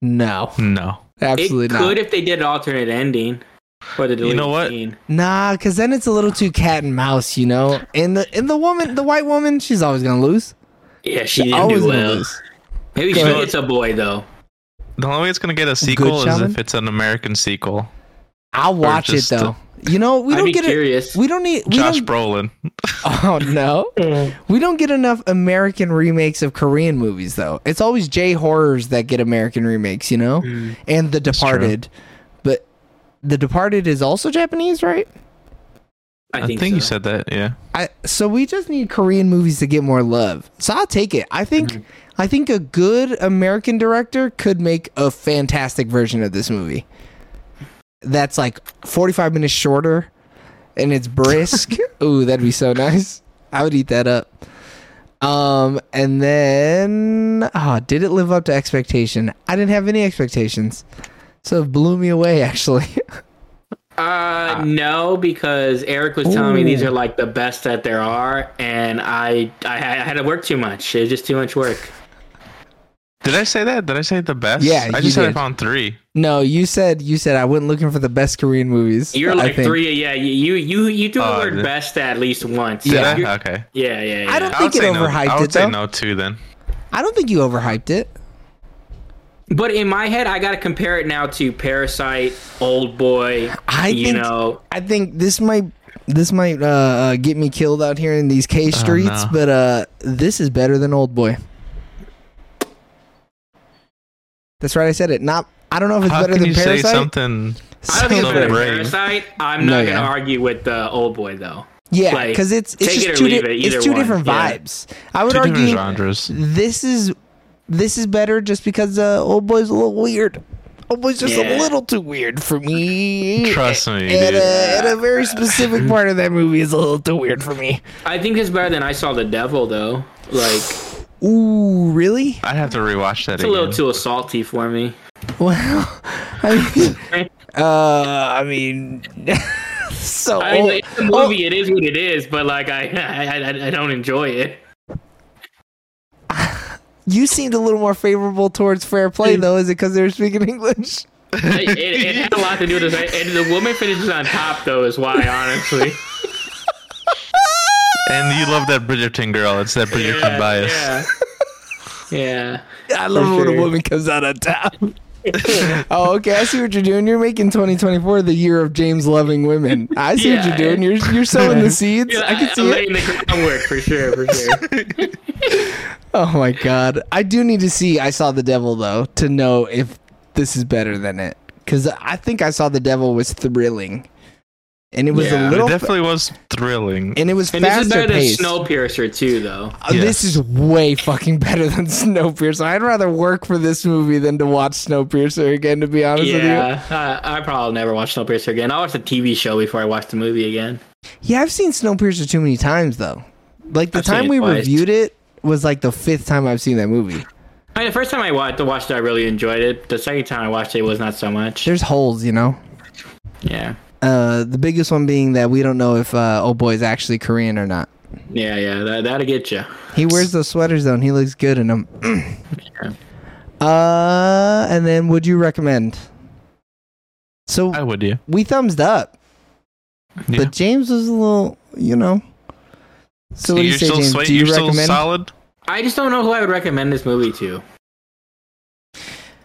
Speaker 1: No,
Speaker 2: no.
Speaker 1: absolutely
Speaker 3: it could
Speaker 1: not.
Speaker 3: if they did an alternate ending or the deleted
Speaker 2: know what?
Speaker 3: scene.
Speaker 1: Nah, because then it's a little too cat and mouse, you know. And the and the woman, the white woman, she's always gonna lose.
Speaker 3: Yeah, she didn't
Speaker 1: Always
Speaker 3: do
Speaker 1: gonna
Speaker 3: well.
Speaker 1: lose.
Speaker 3: Maybe
Speaker 1: Go
Speaker 3: she
Speaker 1: ahead.
Speaker 3: gets a boy though.
Speaker 2: The only way it's gonna get a sequel is
Speaker 1: Shaman?
Speaker 2: if it's an American sequel.
Speaker 1: I'll watch it
Speaker 2: just, uh,
Speaker 1: though. You know, we
Speaker 3: I'd
Speaker 1: don't
Speaker 3: be
Speaker 1: get
Speaker 3: curious.
Speaker 1: it. We don't need. We
Speaker 2: Josh
Speaker 1: don't,
Speaker 2: Brolin.
Speaker 1: oh
Speaker 3: Hmm.
Speaker 1: no, we don't get enough American remakes of Korean movies though. It's always J horrors that get American remakes, you know, and The
Speaker 2: true.
Speaker 1: Departed. But The Departed is also Japanese, right?
Speaker 2: I think,
Speaker 3: so.
Speaker 2: you said that. Yeah.
Speaker 1: I, so we just need Korean movies to get more love. So I'll take it. I think I think a good American director could make a fantastic version of this movie. That's like 45 minutes shorter and it's brisk. Ooh, that'd be so nice. I would eat that up. Um and then oh, did it live up to expectation? I didn't have any expectations. So it blew me away actually.
Speaker 3: Uh, no, because Eric was telling me
Speaker 1: Ah. Ooh.
Speaker 3: these are like the best that there are, and I I, I had to work too much. It was just too much work.
Speaker 2: Did I say that? Did I say the best?
Speaker 1: Yeah,
Speaker 2: I
Speaker 1: you
Speaker 2: just said I
Speaker 1: did.
Speaker 2: found three.
Speaker 1: no, you said you said I went looking for the best Korean movies.
Speaker 3: You're
Speaker 1: I
Speaker 3: like
Speaker 1: think. Uh,
Speaker 3: three. Yeah, you you you do the
Speaker 2: Oh,
Speaker 3: word
Speaker 2: did-
Speaker 3: best at least once.
Speaker 2: Did
Speaker 1: Yeah.
Speaker 3: You're-
Speaker 2: I? Okay.
Speaker 3: yeah, yeah, yeah.
Speaker 1: I don't
Speaker 2: I would
Speaker 1: think it
Speaker 2: say no.
Speaker 1: overhyped
Speaker 2: I would
Speaker 1: it
Speaker 2: say
Speaker 1: though.
Speaker 2: no too then.
Speaker 1: I don't think you overhyped it.
Speaker 3: But in my head, I gotta compare it now to Parasite, Old Boy.
Speaker 1: I
Speaker 3: you
Speaker 1: think-
Speaker 3: know,
Speaker 1: I think this might this might uh, uh, get me killed out here in these K streets,
Speaker 2: Oh, no.
Speaker 1: but uh, this is better than Old Boy. That's right, I said it. Not I don't know if it's
Speaker 2: How
Speaker 1: better
Speaker 2: can
Speaker 1: than
Speaker 2: you
Speaker 1: Parasite.
Speaker 2: say something?
Speaker 3: I don't think it's
Speaker 1: So
Speaker 2: So
Speaker 3: better than
Speaker 2: brave.
Speaker 3: Parasite. I'm
Speaker 1: No,
Speaker 3: not gonna
Speaker 1: yeah.
Speaker 3: argue with the Old Boy though.
Speaker 1: yeah,
Speaker 3: like,
Speaker 1: because it's it's
Speaker 3: take
Speaker 1: just
Speaker 3: it or
Speaker 1: two,
Speaker 3: leave
Speaker 1: di-
Speaker 3: it, either
Speaker 1: it's two
Speaker 3: one,
Speaker 1: different
Speaker 3: yeah.
Speaker 1: vibes. I would
Speaker 2: Two different
Speaker 1: argue
Speaker 2: genres.
Speaker 1: this is this is better just because uh, Old Boy's a little weird. Old Boy's just a
Speaker 3: Yeah.
Speaker 1: little too weird for me.
Speaker 2: Trust me,
Speaker 1: And,
Speaker 2: dude.
Speaker 1: uh, and a very specific part of that movie is a little too weird for me.
Speaker 3: I think it's better than I saw the Devil though. Like
Speaker 1: Ooh, really?
Speaker 2: I'd have to rewatch that
Speaker 3: it's a
Speaker 2: again.
Speaker 3: little too assaulty for me.
Speaker 1: Well, I mean, uh, I mean, so
Speaker 3: I mean,
Speaker 1: old- Oh,
Speaker 3: like, it's a movie. It is what it is. But like, I I, I, I don't enjoy it.
Speaker 1: you seemed a little more favorable towards fair play, though. Is it because they were speaking English?
Speaker 3: It, it, it had a lot to do with this. And the woman finishes on top though is why honestly.
Speaker 2: and you love that Bridgerton girl. It's that Bridgerton
Speaker 3: Yeah,
Speaker 2: bias.
Speaker 3: Yeah. Yeah.
Speaker 1: I love it when a
Speaker 3: sure.
Speaker 1: woman comes out on top. oh, okay. I see what you're doing. You're making 2024 the year of James loving women. I see what
Speaker 3: Yeah.
Speaker 1: you're doing. You're you're sowing the seeds. I can see it.
Speaker 3: laying Uh, the groundwork for sure, for sure.
Speaker 1: Oh my god. I do need to see I Saw the Devil though to know if this is better than it cuz I think I Saw the Devil was thrilling. And it was
Speaker 3: Yeah.
Speaker 1: a
Speaker 3: It
Speaker 2: It
Speaker 1: little
Speaker 2: definitely was thrilling.
Speaker 1: and it was
Speaker 3: And this is
Speaker 1: faster
Speaker 3: better
Speaker 1: paced.
Speaker 3: than Snowpiercer too, though.
Speaker 1: Uh, This
Speaker 2: Yes.
Speaker 1: is way fucking better than Snowpiercer. I'd rather work for this movie than to watch Snowpiercer again to be honest with you.
Speaker 3: Yeah, Uh, I, I probably never watch Snowpiercer again. I watched the TV show before I watched the movie again.
Speaker 1: Yeah, I've seen Snowpiercer too many times though. Like the
Speaker 3: I've seen
Speaker 1: time
Speaker 3: it
Speaker 1: we
Speaker 3: twice.
Speaker 1: reviewed it was like the fifth time I've seen that movie.
Speaker 3: I mean, the first time I watched, watched it, I really enjoyed it. The second time I watched it, it was not so much.
Speaker 1: There's holes, you know.
Speaker 3: Yeah,
Speaker 1: Uh, the biggest one being that we don't know if uh, old boy is actually Korean or not.
Speaker 3: yeah, yeah. That, that'll get you.
Speaker 1: He wears those sweaters though, and he looks good in them. uh, and then would you recommend? So
Speaker 2: I would, yeah.
Speaker 1: we thumbs up,
Speaker 2: Yeah.
Speaker 1: but James was a little, you know. So what do you
Speaker 2: you're
Speaker 1: say,
Speaker 2: still
Speaker 1: James?
Speaker 2: sweet-
Speaker 1: do you
Speaker 2: you're still
Speaker 1: recommend?
Speaker 2: solid.
Speaker 3: I just don't know who I would recommend this movie to.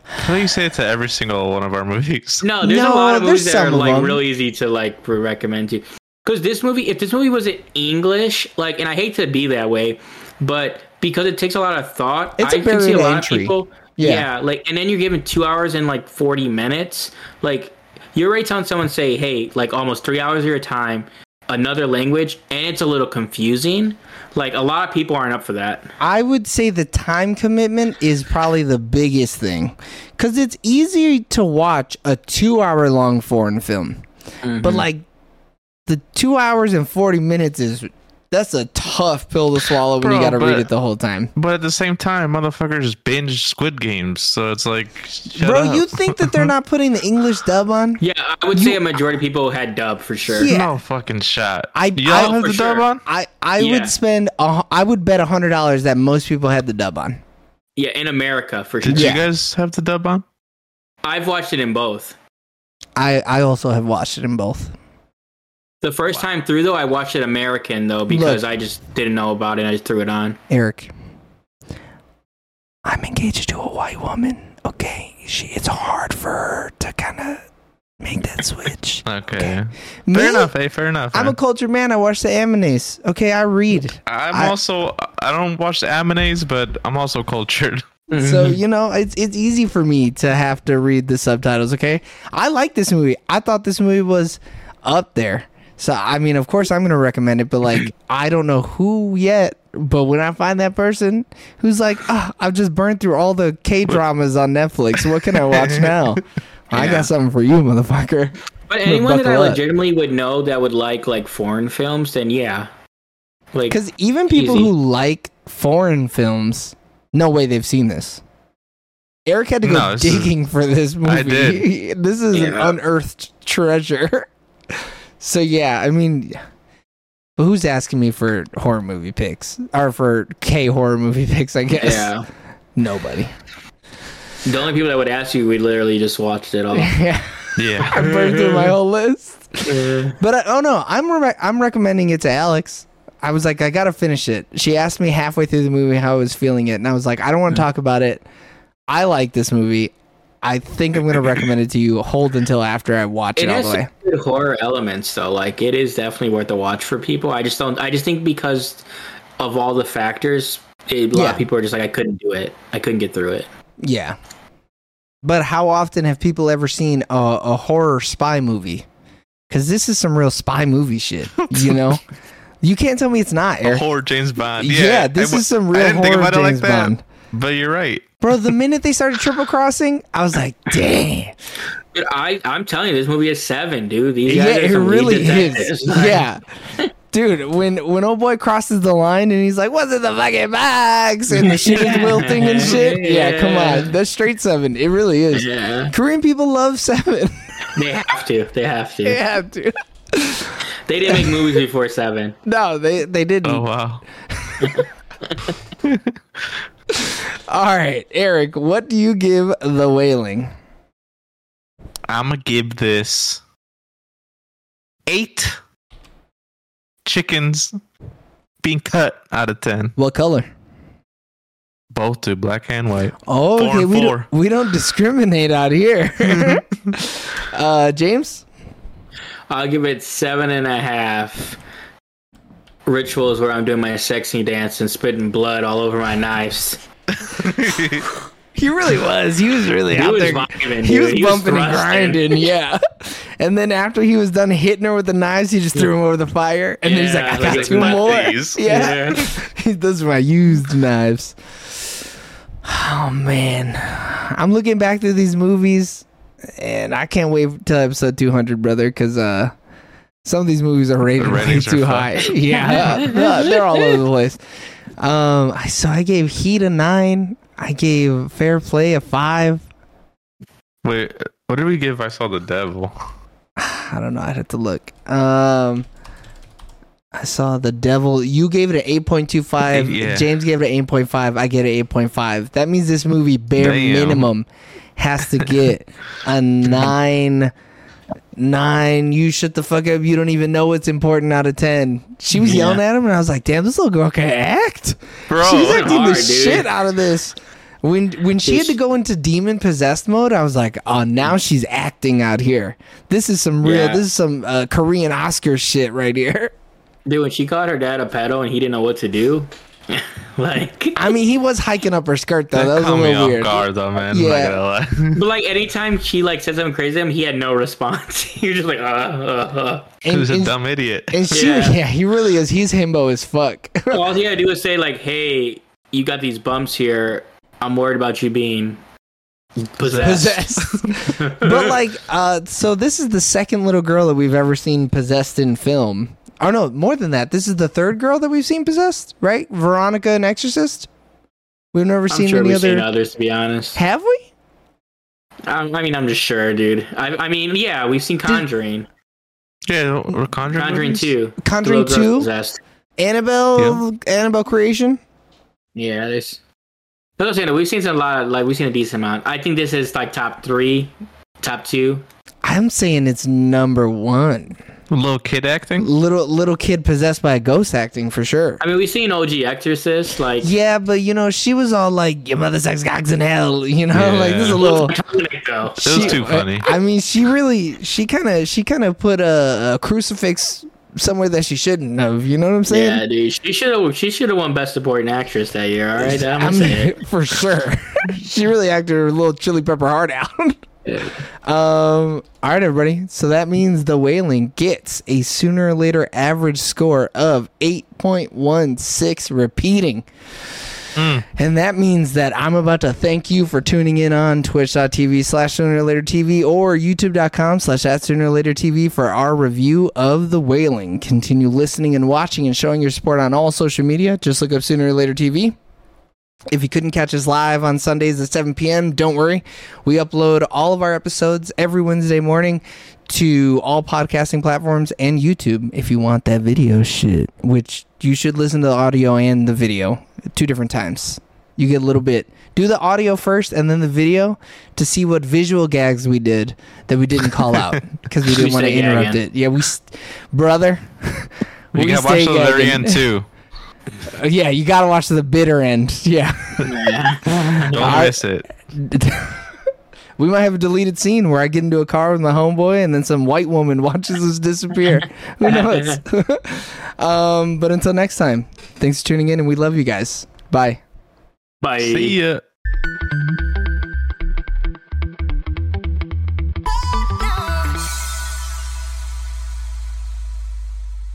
Speaker 2: How do you say it to every single one of our movies?
Speaker 3: No, there's
Speaker 1: No,
Speaker 3: a lot of
Speaker 1: there's
Speaker 3: movies that are
Speaker 1: some of
Speaker 3: like
Speaker 1: them.
Speaker 3: real easy to like re- recommend to. Because this movie, if this movie was in English, like, and I hate to be that way, but because it takes a lot of thought,
Speaker 1: It's a
Speaker 3: I can see
Speaker 1: barrier
Speaker 3: a
Speaker 1: to
Speaker 3: lot
Speaker 1: entry.
Speaker 3: of people.
Speaker 1: Yeah.
Speaker 3: Yeah. like, and then you're given two hours and like 40 minutes. Like, your rates on someone say, hey, like almost three hours of your time, another language, and it's a little confusing. Like, a lot of people aren't up for that.
Speaker 1: I would say the time commitment is probably the biggest thing because it's easy to watch a two hour long foreign film,
Speaker 2: Mm-hmm.
Speaker 1: but like the two hours and 40 minutes is that's a tough pill to swallow when you
Speaker 2: Bro,
Speaker 1: got to read
Speaker 2: but-
Speaker 1: it the whole time.
Speaker 2: But at the same time, motherfuckers binge Squid Games, so it's like, shut
Speaker 1: Bro,
Speaker 2: up.
Speaker 1: you think that they're not putting the English dub on?
Speaker 3: Yeah, I would say a majority of people had dub for sure.
Speaker 1: Yeah.
Speaker 2: no fucking shot.
Speaker 1: I-
Speaker 2: you
Speaker 1: I-
Speaker 2: all have
Speaker 3: For
Speaker 2: the dub
Speaker 3: sure.
Speaker 2: on.
Speaker 1: I, I
Speaker 3: Yeah.
Speaker 1: would spend, a, I would bet $100 that most people had the dub on.
Speaker 3: Yeah, in America for sure.
Speaker 2: Did
Speaker 1: Yeah.
Speaker 2: you guys have the dub on?
Speaker 3: I've watched it in both.
Speaker 1: I, I also have watched it in both.
Speaker 3: The first time through, though, I watched it American though because I just didn't know about it. I just threw it on.
Speaker 1: Eric, I'm engaged to a white woman. Okay, she it's hard for her to kind of Make that switch.
Speaker 2: Okay.
Speaker 1: Okay.
Speaker 2: Fair
Speaker 1: Me?
Speaker 2: enough, eh? Fair enough.
Speaker 1: I'm a cultured man. I watch the animes. Okay, I read.
Speaker 2: I'm
Speaker 1: I-
Speaker 2: also I don't watch the animes, but I'm also cultured.
Speaker 1: So you know, it's it's easy for me to have to read the subtitles. Okay, I like this movie. I thought this movie was up there. So I mean, of course, I'm gonna recommend it. But like, I don't know who yet. But when I find that person who's like, oh, I've just burned through all the K dramas on Netflix. What can I watch now? I
Speaker 2: Yeah.
Speaker 1: got something for you, motherfucker.
Speaker 3: But anyone that I
Speaker 1: buckle up.
Speaker 3: legitimately would know that would like like foreign films, then yeah, like
Speaker 1: Because even people
Speaker 3: Easy.
Speaker 1: who like foreign films, no way they've seen this. Eric had to go
Speaker 2: No, this is-
Speaker 1: digging for this movie.
Speaker 2: I did.
Speaker 1: this is an
Speaker 3: Yeah.
Speaker 1: unearthed treasure. so yeah, I mean, but who's asking me for horror movie picks or for K horror movie picks? I guess
Speaker 3: yeah.
Speaker 1: nobody.
Speaker 3: The only people that would ask you, we literally just watched it all.
Speaker 1: Yeah, I
Speaker 2: Yeah.
Speaker 1: burned through my whole list.
Speaker 3: Uh,
Speaker 1: But I, oh no, I'm re- I'm recommending it to Alex. I was like, I gotta finish it. She asked me halfway through the movie how I was feeling it, and I was like, I don't want to talk about it. I like this movie. I think I'm gonna recommend it to you. Hold until after I watch it,
Speaker 3: it
Speaker 1: all
Speaker 3: has
Speaker 1: the way.
Speaker 3: some good horror elements though. Like it is definitely worth a watch for people. I just don't. I just think because of all the factors, it, a lot
Speaker 1: Yeah.
Speaker 3: of people are just like, I couldn't do it. I couldn't get through it.
Speaker 1: Yeah. But how often have people ever seen a, a horror spy movie? Because this is some real spy movie shit. You know, you can't tell me it's not.
Speaker 2: A
Speaker 1: Eric.
Speaker 2: horror James Bond.
Speaker 1: Yeah,
Speaker 2: Yeah,
Speaker 1: this
Speaker 2: I-
Speaker 1: is some
Speaker 2: I
Speaker 1: real
Speaker 2: didn't think
Speaker 1: horror
Speaker 2: about it like
Speaker 1: James
Speaker 2: that,
Speaker 1: Bond.
Speaker 2: But you're right.
Speaker 1: Bro, the minute they started triple crossing, I was like, dang.
Speaker 3: Dude, I I'm telling you, this movie is seven, dude. These guys
Speaker 1: yeah,
Speaker 3: are
Speaker 1: it
Speaker 3: some lead
Speaker 1: really is.
Speaker 3: detectives.
Speaker 1: Yeah. Dude, when when old boy crosses the line and he's like, "What's in the fucking box?" and the shit is wilting and shit. Yeah, come on, that's straight seven. It really is.
Speaker 3: Yeah,
Speaker 1: Korean people love seven.
Speaker 3: they have to. They have to.
Speaker 1: they have to.
Speaker 3: They didn't make movies before seven.
Speaker 1: No, they they didn't.
Speaker 2: Oh wow.
Speaker 1: All right, Eric, what do you give the wailing?
Speaker 2: I'ma give this eight chickens being cut out of ten.
Speaker 1: What color?
Speaker 2: Both do black and white.
Speaker 1: Oh,
Speaker 2: Four
Speaker 1: okay,
Speaker 2: and
Speaker 1: we
Speaker 2: four.
Speaker 1: don't we don't discriminate out here. uh, James.
Speaker 3: I'll give it seven and a half. Rituals where I'm doing my sexy dance and spitting blood all over my knives.
Speaker 1: He really was. He was really
Speaker 3: He
Speaker 1: out
Speaker 3: was
Speaker 1: there.
Speaker 3: vibing,
Speaker 1: he
Speaker 3: dude.
Speaker 1: was
Speaker 3: He was
Speaker 1: bumping and
Speaker 3: thrusting.
Speaker 1: grinding, yeah. And then after he was done hitting her with the knives, he just threw him over the fire. And then he's like,
Speaker 3: Yeah,
Speaker 1: "I got
Speaker 3: like,
Speaker 1: two
Speaker 3: "Fuck
Speaker 1: more."
Speaker 2: these.
Speaker 1: Yeah, those are my used knives. Oh man, I'm looking back through these movies, and I can't wait till episode 200, brother, because uh, some of these movies are rated
Speaker 2: The
Speaker 1: way
Speaker 2: ratings are
Speaker 1: too
Speaker 2: fucked.
Speaker 1: high. yeah, uh, they're all over the place. Um, I so I gave Heat a nine. I gave Fair Play a five.
Speaker 2: Wait, what did we give? I saw the devil.
Speaker 1: I don't know. I'd have to look. Um, I saw the devil. You gave it an eight point two five.
Speaker 2: Yeah.
Speaker 1: James gave it an eight point five. I get an eight point five. That means this movie bare
Speaker 2: Damn.
Speaker 1: minimum has to get a nine. Nine. You shut the fuck up. You don't even know what's important. Out of ten, she was yelling at him, and I was like, "Damn, this little girl can act."
Speaker 2: Bro,
Speaker 1: She's acting the
Speaker 3: hard, dude.
Speaker 1: shit out of this. When when she had to go into demon possessed mode, I was like, oh, now she's acting out here. This is some real.
Speaker 3: Yeah.
Speaker 1: This is some uh, Korean Oscar shit right here.
Speaker 3: Dude, when she called her dad a pedo and he didn't know what to do, like,
Speaker 1: I mean, he was hiking up her skirt though. That, was a
Speaker 2: caught me
Speaker 1: little
Speaker 2: off
Speaker 1: weird.
Speaker 2: guard though, man.
Speaker 1: Yeah.
Speaker 2: I'm not gonna lie.
Speaker 3: but like anytime she like said something crazy to him, he had no response. You're just like, uh, uh,
Speaker 1: And,
Speaker 2: Who's a
Speaker 1: and-
Speaker 2: dumb idiot?
Speaker 1: and she, yeah.
Speaker 3: Yeah.
Speaker 1: he really is. He's himbo as fuck.
Speaker 3: uh. All he had to do was say like, hey, you got these bumps here. I'm worried about you being possessed.
Speaker 1: possessed. but like, uh, so this is the second little girl that we've ever seen possessed in film. Oh no, more than that. This is the third girl that we've seen possessed, right? Veronica and Exorcist. We've never
Speaker 3: I'm
Speaker 1: seen
Speaker 3: sure
Speaker 1: any
Speaker 3: we've
Speaker 1: other.
Speaker 3: seen others, to be honest.
Speaker 1: Have we?
Speaker 3: I, I mean, I'm just sure, dude. I, I mean, yeah, we've seen Conjuring,
Speaker 2: yeah, we're Conjuring.
Speaker 3: Conjuring
Speaker 2: movies?
Speaker 3: Two,
Speaker 1: Conjuring
Speaker 3: Little Girl
Speaker 1: Two,
Speaker 3: Possessed.
Speaker 1: Annabelle, Annabelle Creation.
Speaker 3: Yeah, there's. That's what I'm saying. though, We've seen a lot. Of, like we've seen a decent amount. I think this is like top three, top two.
Speaker 1: I'm saying it's number one.
Speaker 2: Little kid acting.
Speaker 1: Little little kid possessed by a ghost acting for sure.
Speaker 3: I mean, we've seen OG Exorcist, like
Speaker 1: Yeah, but you know, she was all like, "Your mother sucks cocks in hell," you know, like this is a
Speaker 2: Yeah.
Speaker 1: little.
Speaker 3: iconic though.
Speaker 2: It was too funny.
Speaker 1: I mean, she really, she kind of, she kind of put a, a crucifix somewhere that she shouldn't have. You know what I'm saying?
Speaker 3: Yeah, dude, she should have she should have won Best Supporting Actress that year. All right, I'm
Speaker 1: I
Speaker 3: gonna
Speaker 1: mean,
Speaker 3: say it.
Speaker 1: for sure. she really acted her little chili pepper heart out. um, all right, everybody. So that means the whaling gets a sooner or later average score of 8.16 repeating. And that means that I'm about to thank you for tuning in on twitch.tv slash sooner or later TV or youtube.com slash at sooner or later TV for our review of The Wailing. Continue listening and watching and showing your support on all social media. Just look up sooner or later TV. If you couldn't catch us live on Sundays at 7 p.m., don't worry. We upload all of our episodes every Wednesday morning to all podcasting platforms and YouTube if you want that video shit, which you should listen to the audio and the video two different times. You get a little bit. Do the audio first and then the video to see what visual gags we did that we didn't call out because we didn't
Speaker 3: We
Speaker 1: want to
Speaker 3: stay
Speaker 1: interrupt
Speaker 3: gagging.
Speaker 1: it. Yeah, we, st- brother.
Speaker 2: You
Speaker 1: we
Speaker 2: got to watch
Speaker 1: stay
Speaker 2: till the very
Speaker 1: gagging.
Speaker 2: end too.
Speaker 1: Yeah, you got to watch the bitter end. Yeah.
Speaker 2: Don't
Speaker 1: I-
Speaker 2: miss it.
Speaker 1: We might have a deleted scene where I get into a car with my homeboy and then some white woman watches us disappear. Who knows? um, but until next time, thanks for tuning in and we love you guys. Bye.
Speaker 3: Bye.
Speaker 2: See ya.